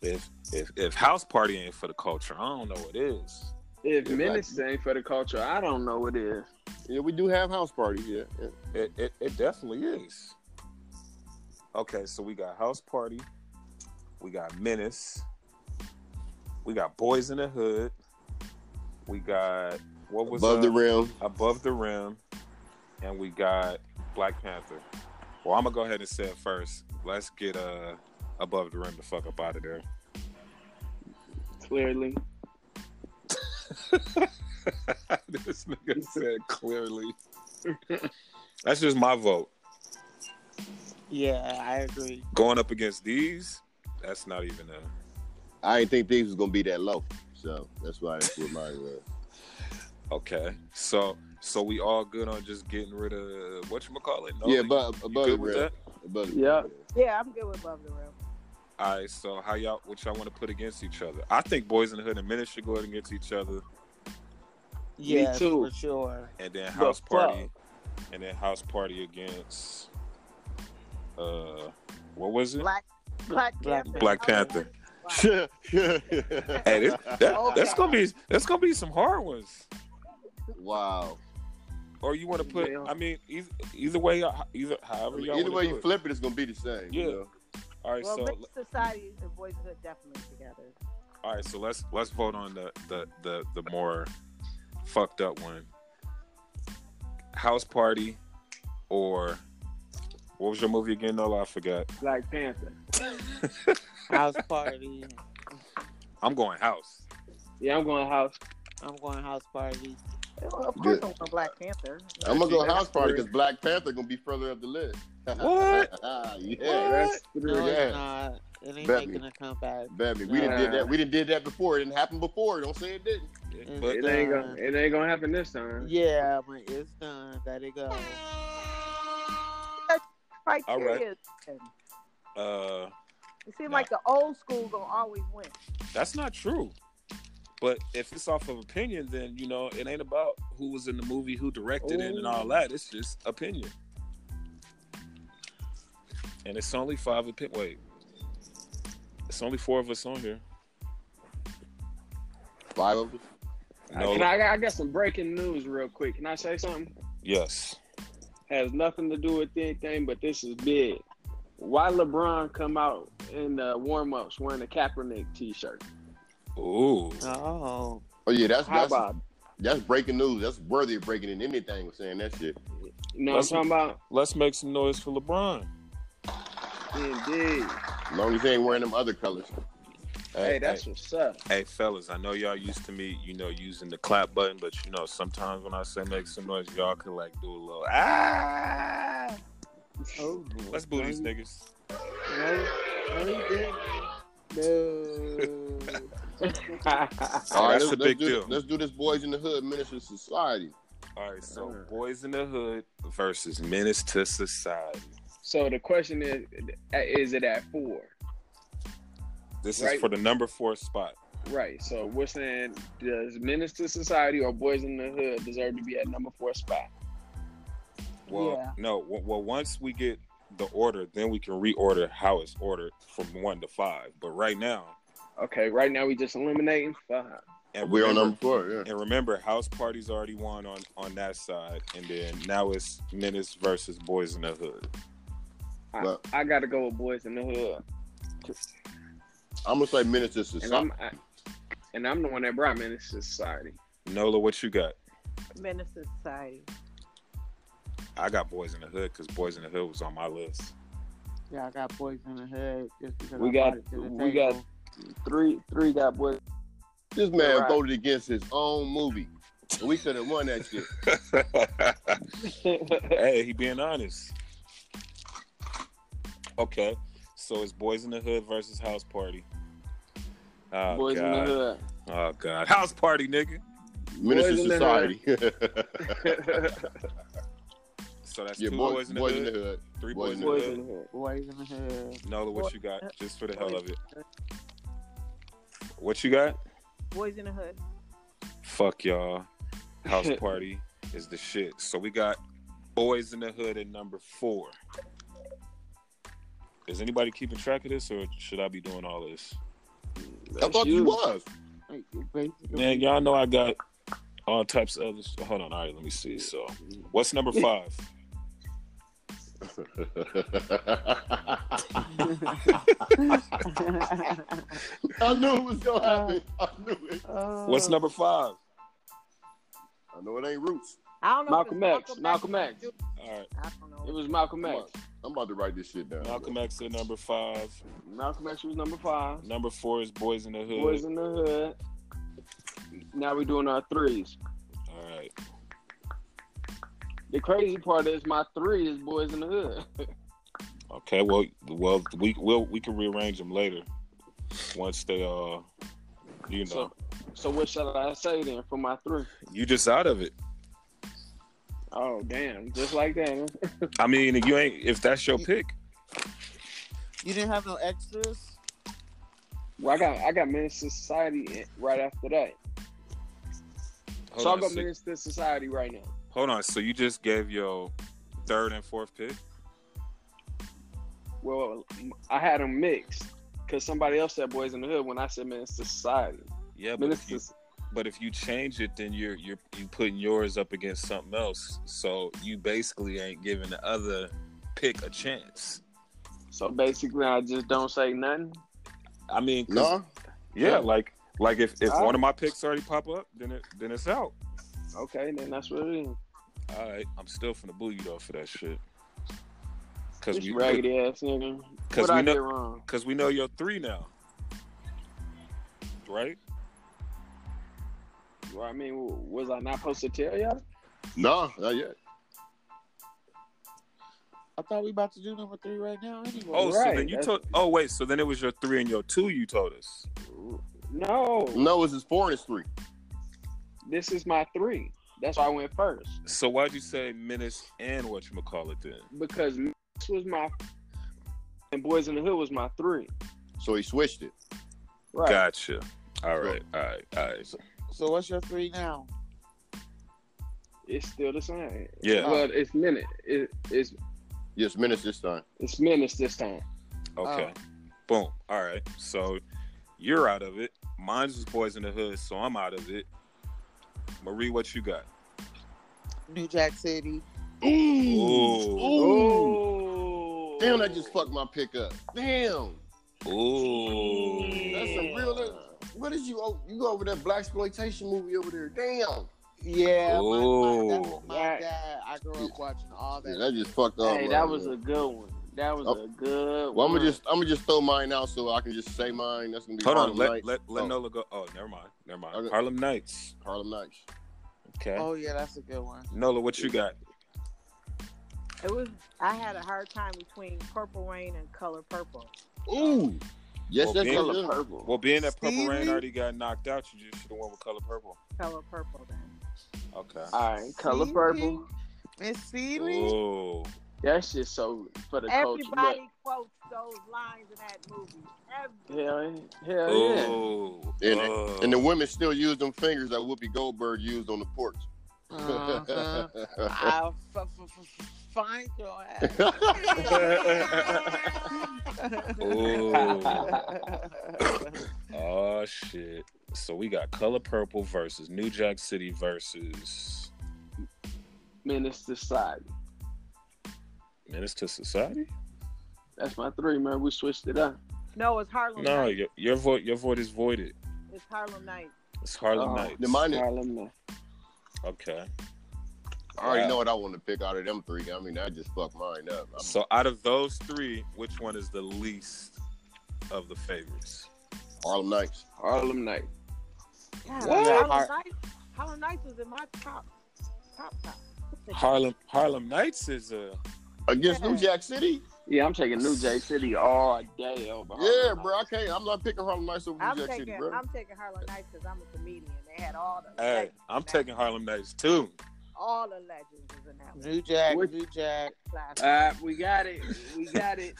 Speaker 1: If if if House Party ain't for the culture, I don't know what is.
Speaker 2: If
Speaker 3: Yeah,
Speaker 2: minutes ain't for the culture, I don't know what is.
Speaker 3: Yeah, we do have house parties. Yeah, yeah.
Speaker 1: It, it it definitely is. Okay, so we got House Party, we got Menace, we got Boys in the Hood, we got what was
Speaker 3: above the
Speaker 1: uh,
Speaker 3: rim.
Speaker 1: above the rim, and we got Black Panther. Well, I'm gonna go ahead and say it first. Let's get uh above the rim the fuck up out of there. (laughs)
Speaker 2: Clearly,
Speaker 1: this nigga said clearly. That's just my vote.
Speaker 4: Yeah, I agree.
Speaker 1: Going up against these, that's not even a
Speaker 3: I didn't think these was gonna be that low, so that's why that's what mine was.
Speaker 1: okay. So so we all good on just getting rid of what you call it?
Speaker 3: yeah, above above the rim. Above the
Speaker 2: Yeah.
Speaker 3: rim.
Speaker 5: Yeah, I'm good with Above the Rim.
Speaker 1: All right, so how y'all what y'all want to put against each other? I think Boys in the Hood and Minutes should go ahead against each other.
Speaker 4: Yeah,
Speaker 2: too.
Speaker 4: for sure.
Speaker 1: and then
Speaker 2: The
Speaker 1: house party
Speaker 2: fuck?
Speaker 1: and then house party against uh what was it
Speaker 5: Black, Black,
Speaker 4: Black
Speaker 5: Panther.
Speaker 1: Black
Speaker 5: Okay.
Speaker 1: Panther.
Speaker 5: Wow.
Speaker 1: hey this, that, that's
Speaker 5: Okay.
Speaker 1: gonna be that's gonna be some hard ones
Speaker 3: wow.
Speaker 1: or you want to put
Speaker 2: Yeah.
Speaker 1: i mean either, either way uh, either however y'all
Speaker 3: Either
Speaker 1: wanna
Speaker 3: way
Speaker 1: do
Speaker 3: you
Speaker 1: it.
Speaker 3: flip it, it's gonna be the same.
Speaker 1: Yeah.
Speaker 3: You know?
Speaker 1: all right
Speaker 5: Well,
Speaker 1: so
Speaker 5: Mixed Society and Boys in the Hood definitely together.
Speaker 1: all right so let's let's vote on the the the, the more fucked up one house party or what was your movie again Nola? i forgot
Speaker 2: Black Panther.
Speaker 4: House party.
Speaker 1: i'm going house
Speaker 2: Yeah, I'm going house.
Speaker 4: I'm going house party.
Speaker 5: Well, of course,
Speaker 3: Good.
Speaker 5: I'm going Black Panther.
Speaker 3: I'm gonna go
Speaker 2: That's
Speaker 3: house party
Speaker 2: three.
Speaker 3: because Black Panther gonna be further up the list. (laughs)
Speaker 1: What?
Speaker 3: yeah.
Speaker 2: That's three.
Speaker 4: No,
Speaker 3: Yeah.
Speaker 4: it's not. It ain't
Speaker 3: Bet me.
Speaker 4: making a comeback.
Speaker 3: Baby, we didn't did that. We didn't did that before. It didn't happen before. Don't say it didn't.
Speaker 1: but
Speaker 2: It ain't gonna. It ain't gonna happen this time.
Speaker 4: Yeah, but it's done. Let it go.
Speaker 5: Criteria.
Speaker 1: uh
Speaker 5: It seems
Speaker 1: No.
Speaker 5: like the old school gonna always win.
Speaker 1: That's not true. But if it's off of opinion, then you know it ain't about who was in the movie, who directed it, and all that. It's just opinion. And it's only five opinion. Wait, it's only four of us on here.
Speaker 3: Five of us.
Speaker 1: No,
Speaker 2: Can I, I got some breaking news real quick. Can I say something?
Speaker 1: yes.
Speaker 2: Has nothing to do with anything, but this is big. Why LeBron come out in the warm ups wearing a Kaepernick t shirt?
Speaker 1: Ooh,
Speaker 4: Oh,
Speaker 3: Oh yeah, that's
Speaker 2: How
Speaker 3: that's,
Speaker 2: about?
Speaker 3: that's breaking news. That's worthy of breaking in anything with saying that shit.
Speaker 2: You know what I'm talking about?
Speaker 1: let's make some noise for LeBron.
Speaker 2: Indeed.
Speaker 3: As long as they ain't wearing them other colors.
Speaker 2: Hey, that's what's up. (laughs)
Speaker 1: Hey, fellas, I know y'all used to me, you know, using the clap button, but you know, sometimes when I say make some noise, y'all could like do a little ah.
Speaker 4: oh.
Speaker 1: Let's boo these niggas.
Speaker 4: No, no, he didn't. No.
Speaker 1: Oh, that's
Speaker 3: let's-
Speaker 1: a
Speaker 3: let's
Speaker 1: big
Speaker 3: do-
Speaker 1: deal.
Speaker 3: Let's do this, boys in the hood, minister society.
Speaker 1: All right, so
Speaker 2: Mm.
Speaker 1: Boys in the Hood versus Menace to Society.
Speaker 2: So the question is, is it at four?
Speaker 1: This
Speaker 2: Right.
Speaker 1: is for the number four spot.
Speaker 2: Right. So we're saying, does Menace to Society or Boys in the Hood deserve to be at number four spot?
Speaker 1: Well,
Speaker 5: Yeah.
Speaker 1: no. Well, well, once we get the order, then we can reorder how it's ordered from one to five. But right now,
Speaker 2: Okay. Right now we just eliminating five.
Speaker 1: and
Speaker 3: We're on
Speaker 1: remember-
Speaker 3: number four. Yeah.
Speaker 1: And remember, House Party's already won on on that side, and then now it's Menace versus Boys in the Hood.
Speaker 2: I,
Speaker 3: Well-
Speaker 2: I got to go with Boys in the Hood,
Speaker 3: I'm gonna say Minister
Speaker 2: and
Speaker 3: Society.
Speaker 2: I'm I, and I'm the one that brought Menace to Society.
Speaker 1: Nola, what you got?
Speaker 5: Menace to Society.
Speaker 1: I got Boys in the Hood because Boys in the Hood was on my list.
Speaker 4: (laughs)
Speaker 3: (laughs)
Speaker 4: Yeah, I got boys in the hood just because
Speaker 2: We
Speaker 4: I
Speaker 2: got-
Speaker 4: brought it to the
Speaker 2: we got-
Speaker 4: table.
Speaker 2: Three, three got
Speaker 1: (laughs)
Speaker 2: Boys.
Speaker 3: This man
Speaker 2: Right.
Speaker 3: voted against his own movie. And we could have won that shit.
Speaker 1: hey, he being honest. Okay, so it's Boys in the Hood versus House Party. Oh
Speaker 2: Boys in
Speaker 1: god!
Speaker 2: the
Speaker 1: Oh god! House Party, nigga.
Speaker 3: Minister
Speaker 2: Boys in the
Speaker 3: Society. (laughs)
Speaker 2: Hood.
Speaker 1: So that's
Speaker 3: yeah,
Speaker 1: two boys,
Speaker 3: boys,
Speaker 1: in the
Speaker 3: boys
Speaker 1: hood,
Speaker 3: in the hood.
Speaker 1: three
Speaker 3: Boys
Speaker 1: boys,
Speaker 3: in
Speaker 1: in the
Speaker 2: Boys
Speaker 1: hood.
Speaker 2: in the Hood.
Speaker 4: Boys in the hood.
Speaker 1: Nola, what you got? Just for the hell of it. What you got?
Speaker 5: Boys in the Hood.
Speaker 2: (laughs)
Speaker 1: Fuck y'all. (laughs) House party is the shit. So we got Boys in the Hood at number four. Is anybody keeping track of this, or should I be doing all this?
Speaker 3: I thought you was. (laughs)
Speaker 4: Like, basically,
Speaker 1: Man, y'all know I got all types of others. Hold on, all right, let me see. So, what's (laughs) number five?
Speaker 3: I knew it was gonna happen. I knew it.
Speaker 4: Oh,
Speaker 1: What's
Speaker 2: Oh.
Speaker 1: number five?
Speaker 3: I know it ain't roots.
Speaker 5: I don't know. if it's
Speaker 2: Malcolm X, Malcolm X.
Speaker 5: or
Speaker 1: All right,
Speaker 5: Malcolm- I don't know.
Speaker 2: It was Malcolm
Speaker 3: Come
Speaker 2: X.
Speaker 3: on. I'm about to write this shit down.
Speaker 1: Malcolm X at number five.
Speaker 2: Malcolm X was number five.
Speaker 1: Number four is Boys in the Hood.
Speaker 2: Boys in the Hood. Now we're doing our threes.
Speaker 1: all right,
Speaker 2: The crazy part is my three is Boys in the Hood.
Speaker 1: okay. Well, well, we will we can rearrange them later once they uh, you know,
Speaker 2: So, so what shall I say then for my three?
Speaker 1: you just out of it.
Speaker 2: Oh damn! Just like that. Huh?
Speaker 1: I mean, if you ain't if that's your pick.
Speaker 4: You didn't have no extras?
Speaker 2: Well, I got I got Menace to Society in- right after that.
Speaker 1: Hold,
Speaker 2: so I
Speaker 1: on,
Speaker 2: got
Speaker 1: so,
Speaker 2: Menace to Society right now.
Speaker 1: hold on. So you just gave your third and fourth pick.
Speaker 2: Well, I had them mixed because somebody else said Boys in the Hood when I said Menace to Society.
Speaker 1: Yeah, but
Speaker 2: Menace
Speaker 1: if, you,
Speaker 2: to,
Speaker 1: but if you change it, then you're you're you putting yours up against something else. So you basically ain't giving the other pick a chance.
Speaker 2: so basically, I just don't say nothing.
Speaker 1: I mean, 'cause-
Speaker 3: No,
Speaker 1: yeah, like like if if
Speaker 2: All
Speaker 1: one of my picks already pop up, then it then it's out.
Speaker 2: Okay, then that's what it is.
Speaker 1: All right, I'm still finna boo you though for that shit. Cause
Speaker 2: This
Speaker 1: we
Speaker 2: raggedy ass nigga.
Speaker 1: 'Cause
Speaker 2: What
Speaker 1: we
Speaker 2: I
Speaker 1: know-
Speaker 2: did wrong?
Speaker 1: cause we know your three now, right?
Speaker 2: Well, I mean, w- was I not supposed to tell y'all?
Speaker 3: no, not yet.
Speaker 4: I thought we about to do number three right now anyway.
Speaker 1: Oh, so
Speaker 2: Right,
Speaker 1: then you
Speaker 2: that's-
Speaker 1: told. Oh, wait. So then it was your three and your two. You told us.
Speaker 2: No,
Speaker 3: No, it's his four and his three.
Speaker 2: this is my three. That's why I went first
Speaker 1: So why'd you say menace and what you call it then?
Speaker 2: because this was my and Boys in the Hood was my three.
Speaker 3: So he switched it.
Speaker 2: Right.
Speaker 1: Gotcha. All right. All right. All right.
Speaker 4: So what's your three now?
Speaker 2: It's still the same.
Speaker 1: Yeah.
Speaker 2: Well, it's minute. It, it's
Speaker 3: Yes, minutes this time.
Speaker 2: it's minutes this time.
Speaker 4: um,
Speaker 1: Okay. Boom. All right. So you're out of it. Mine's was boys in the hood, so I'm out of it. Marie, what you got?
Speaker 4: New Jack City.
Speaker 3: Ooh.
Speaker 1: Ooh.
Speaker 3: Ooh.
Speaker 2: Oh,
Speaker 3: Damn, that just fucked my pick up. Damn.
Speaker 1: Ooh.
Speaker 3: That's a real. that- What is you? Oh, you go over that black exploitation movie over there. Damn.
Speaker 4: Yeah, my, my, that
Speaker 1: Oh.
Speaker 4: was my
Speaker 2: Right.
Speaker 4: dad. I grew up watching all
Speaker 3: Yeah,
Speaker 4: that.
Speaker 3: that just fucked up.
Speaker 2: Hey,
Speaker 3: right
Speaker 2: that was
Speaker 3: there.
Speaker 2: a good one. That was
Speaker 3: Oh.
Speaker 2: a good.
Speaker 3: Well, I'm
Speaker 2: one.
Speaker 3: gonna just I'm gonna just throw mine out so I can just say mine. That's gonna be
Speaker 1: Hold on.
Speaker 3: Harlem
Speaker 1: Let
Speaker 3: Nights.
Speaker 1: let let
Speaker 3: Oh.
Speaker 1: Nola go. Oh, never mind. Never mind.
Speaker 3: Okay.
Speaker 1: Harlem Nights.
Speaker 3: Harlem Nights.
Speaker 1: Okay.
Speaker 4: Oh yeah, that's a good one.
Speaker 1: Nola, what you got?
Speaker 5: It was. I had a hard time between Purple Rain and Color Purple.
Speaker 3: Ooh. Yes,
Speaker 1: Well,
Speaker 3: that's
Speaker 1: being-
Speaker 3: color purple.
Speaker 2: purple.
Speaker 1: Well, being that Purple Rain
Speaker 4: Stevie?
Speaker 1: already got knocked out, you just should have went with Color Purple.
Speaker 5: Color Purple. Then.
Speaker 1: Okay.
Speaker 2: All right, color
Speaker 4: See?
Speaker 2: purple.
Speaker 4: And Sealy?
Speaker 1: (laughs) Oh,
Speaker 2: That's just so for the culture.
Speaker 5: Everybody quotes those lines in that movie. Every,
Speaker 2: Hell, hell yeah.
Speaker 1: oh,
Speaker 3: And-
Speaker 1: oh.
Speaker 3: And the women still use them fingers that Whoopi Goldberg used on the porch. (laughs)
Speaker 4: Uh-huh. I'll f- f- f- find your ass. (laughs)
Speaker 3: (laughs)
Speaker 1: oh. Oh shit! So we got Color Purple versus New Jack City versus
Speaker 2: Menace to Society.
Speaker 1: Menace to Society.
Speaker 2: That's my three, man. We switched it up.
Speaker 5: no, it's Harlem.
Speaker 1: No,
Speaker 5: Nights.
Speaker 1: your, your vote, your vote is voided.
Speaker 5: It's Harlem Nights.
Speaker 1: It's Harlem
Speaker 2: Oh,
Speaker 1: Nights.
Speaker 3: the mine is-
Speaker 2: Harlem Nights.
Speaker 1: okay.
Speaker 3: I already
Speaker 1: Wow.
Speaker 3: know what I want to pick out of them three. I mean, I just fucked mine up. I'm-
Speaker 1: So out of those three, which one is the least of the favorites?
Speaker 3: Harlem Nights.
Speaker 2: Harlem Nights.
Speaker 5: God,
Speaker 2: What?
Speaker 5: Harlem
Speaker 2: Har-
Speaker 5: Nights. Harlem Nights was in my top, top, top.
Speaker 1: Harlem Harlem Nights is a
Speaker 3: Against New Jack City?
Speaker 2: Yeah, I'm taking New Jack City all day over.
Speaker 3: Yeah,
Speaker 2: Harlem
Speaker 3: bro. I can't. I'm not picking Harlem Nights over New
Speaker 5: Oh, I'm
Speaker 3: Jack
Speaker 5: taking,
Speaker 3: City, bro.
Speaker 5: I'm taking Harlem Nights because I'm a comedian. They had all the,
Speaker 1: hey.
Speaker 5: legends
Speaker 1: I'm
Speaker 5: in that-
Speaker 1: taking Harlem Nights too. (laughs)
Speaker 5: all the legends was in that one.
Speaker 4: New Jack,
Speaker 2: What-
Speaker 4: New Jack.
Speaker 5: Classic.
Speaker 2: Nights. All right, we got it. We got it.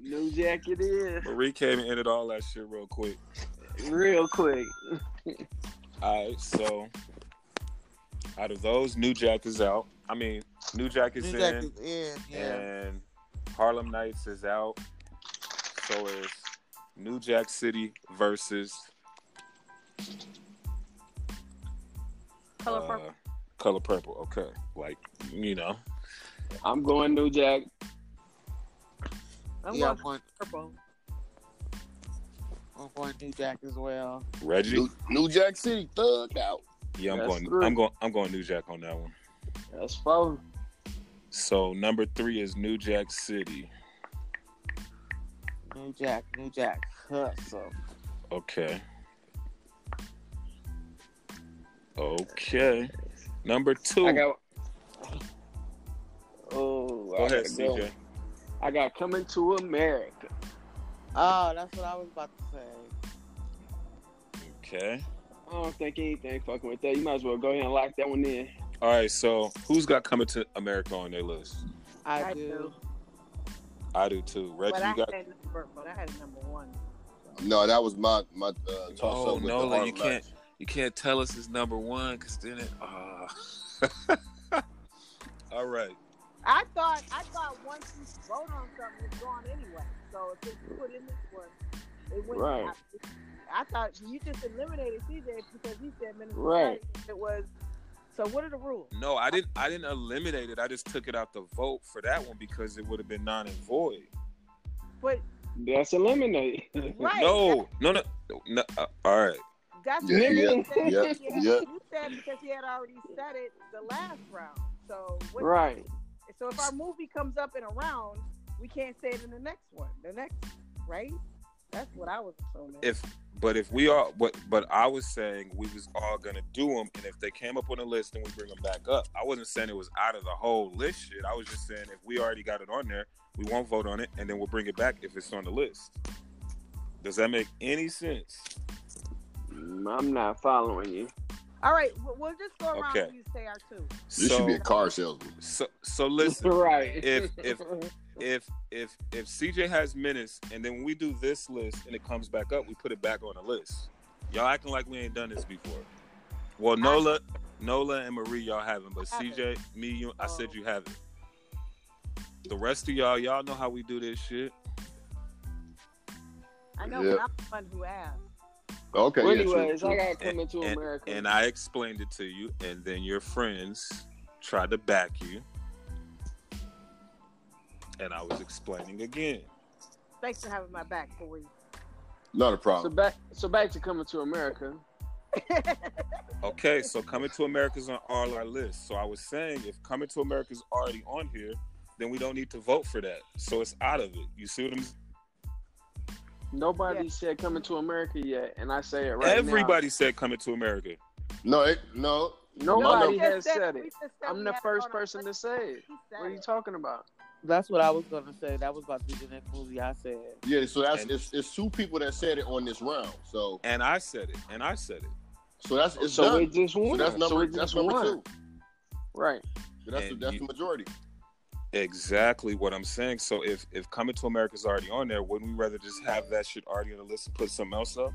Speaker 2: New Jack it is.
Speaker 1: Marie came and ended all that shit real quick.
Speaker 2: Real quick.
Speaker 1: All right, so out of those, New Jack is out. I mean, New Jack is in,
Speaker 4: New Jack is in. Yeah.
Speaker 1: and Harlem Nights is out. So is New Jack City versus
Speaker 5: Color
Speaker 1: uh,
Speaker 5: purple.
Speaker 1: Color Purple. Okay, like you know,
Speaker 2: I'm going New Jack.
Speaker 5: I'm
Speaker 4: yeah,
Speaker 5: going
Speaker 4: I'm going,
Speaker 5: purple.
Speaker 4: I'm going New Jack as well.
Speaker 1: Reggie.
Speaker 3: New, New Jack City, thug out.
Speaker 1: yeah, I'm
Speaker 2: That's
Speaker 1: going.
Speaker 2: three.
Speaker 1: I'm going. I'm going New Jack on that one.
Speaker 2: That's four.
Speaker 1: So number three is New Jack City.
Speaker 4: New Jack, New Jack. Hustle.
Speaker 1: Okay. Okay. Number two.
Speaker 2: I got. Oh,
Speaker 1: Go
Speaker 2: I
Speaker 1: ahead,
Speaker 2: gotta go.
Speaker 1: CJ.
Speaker 2: I got coming to America.
Speaker 4: Oh, that's what I was about to say.
Speaker 1: Okay.
Speaker 2: I don't think anything fucking with that. You might as well go ahead and lock that one in.
Speaker 1: All right, so who's got coming to America on their list?
Speaker 4: I,
Speaker 5: I
Speaker 4: do.
Speaker 5: do.
Speaker 1: I do too. Reggie,
Speaker 5: But I
Speaker 1: you got
Speaker 5: had number, but I had number one.
Speaker 3: No, that was my my uh, toss
Speaker 1: No,
Speaker 3: up with
Speaker 1: no,
Speaker 3: the
Speaker 1: like,
Speaker 3: Harlem
Speaker 1: you can't-
Speaker 3: Nights.
Speaker 1: you can't tell us it's number one because then it. Uh... (laughs) All right.
Speaker 5: I thought I thought once you vote on something, it's gone anyway. So if it's put in this one, it went.
Speaker 2: Right.
Speaker 5: out. I, thought you just eliminated CJ because he said Minnesota.
Speaker 2: Right.
Speaker 5: It was. So what are the rules?
Speaker 1: No, I didn't. I didn't eliminate it. I just took it out the vote for that one because it would have been non and void. (laughs)
Speaker 5: But
Speaker 2: That's eliminate.
Speaker 5: right.
Speaker 1: No, no, no, no. uh, all right.
Speaker 5: That's
Speaker 3: Yeah,
Speaker 5: what
Speaker 2: yeah,
Speaker 5: you said.
Speaker 3: yeah,
Speaker 5: he had-
Speaker 3: yeah.
Speaker 5: You said because he had already said it the last round. So what,
Speaker 2: right.
Speaker 5: So if our movie comes up in a round, we can't say it in the next one. The next, right? That's what I was assuming.
Speaker 1: If but if we all but but I was saying we was all gonna do them, and if they came up on the list, then we bring them back up. I wasn't saying it was out of the whole list shit. I was just saying if we already got it on there, we won't vote on it, and then we'll bring it back if it's on the list. Does that make any sense?
Speaker 2: Mm, I'm not following you.
Speaker 5: All right, we'll- we'll just go around
Speaker 1: Okay.
Speaker 5: and you say our two.
Speaker 3: You should be
Speaker 1: So
Speaker 3: a car salesman.
Speaker 1: so so listen.
Speaker 2: right.
Speaker 1: if- if- If if if CJ has menace, and then when we do this list and it comes back up, we put it back on the list. Y'all acting like we ain't done this before. Well, Nola, Nola and Marie, y'all haven't, but CJ, me, you, I said you haven't. The rest of y'all, y'all know how we do this shit.
Speaker 5: I know,
Speaker 3: Yeah.
Speaker 5: but I'm the one who asked.
Speaker 3: Okay.
Speaker 2: Well,
Speaker 3: yeah, true,
Speaker 2: anyways,
Speaker 3: true.
Speaker 2: I gotta come into
Speaker 1: and-
Speaker 2: America.
Speaker 1: And I explained it to you, and then your friends tried to back you, and I was explaining again.
Speaker 5: Thanks for having my back, (laughs) boys.
Speaker 3: Not a
Speaker 2: so
Speaker 3: problem.
Speaker 2: back. So back to coming to America.
Speaker 1: Okay, so Coming to America's on all our lists. So I was saying if Coming to America's already on here, then we don't need to vote for that. So it's out of it. You see what I'm saying?
Speaker 2: Nobody said coming to America yet, and I say it right now.
Speaker 1: Everybody said Coming to America.
Speaker 3: No, it, no.
Speaker 2: Nobody
Speaker 5: We just
Speaker 2: has said
Speaker 5: we
Speaker 2: it.
Speaker 5: just said we
Speaker 2: I'm the
Speaker 5: had it
Speaker 2: first
Speaker 5: on our
Speaker 2: person to
Speaker 5: list.
Speaker 2: say it.
Speaker 5: He said
Speaker 2: What are you
Speaker 5: it.
Speaker 2: talking about?
Speaker 4: That's what I was going to say. That was about to be the next movie I said.
Speaker 3: Yeah, so that's
Speaker 1: And-
Speaker 3: it's, it's two people that said it on this round. So
Speaker 1: And I said it. And I said it.
Speaker 3: So that's it's
Speaker 2: so
Speaker 3: done.
Speaker 2: it just
Speaker 3: so
Speaker 2: won.
Speaker 3: that's number
Speaker 2: so it just
Speaker 3: that's number
Speaker 2: won.
Speaker 3: two.
Speaker 2: Right.
Speaker 3: So that's the,
Speaker 1: And
Speaker 3: that's
Speaker 1: you-
Speaker 3: the majority.
Speaker 1: Exactly what I'm saying. So if if Coming to America's already on there, wouldn't we rather just have that shit already on the list and put something else up?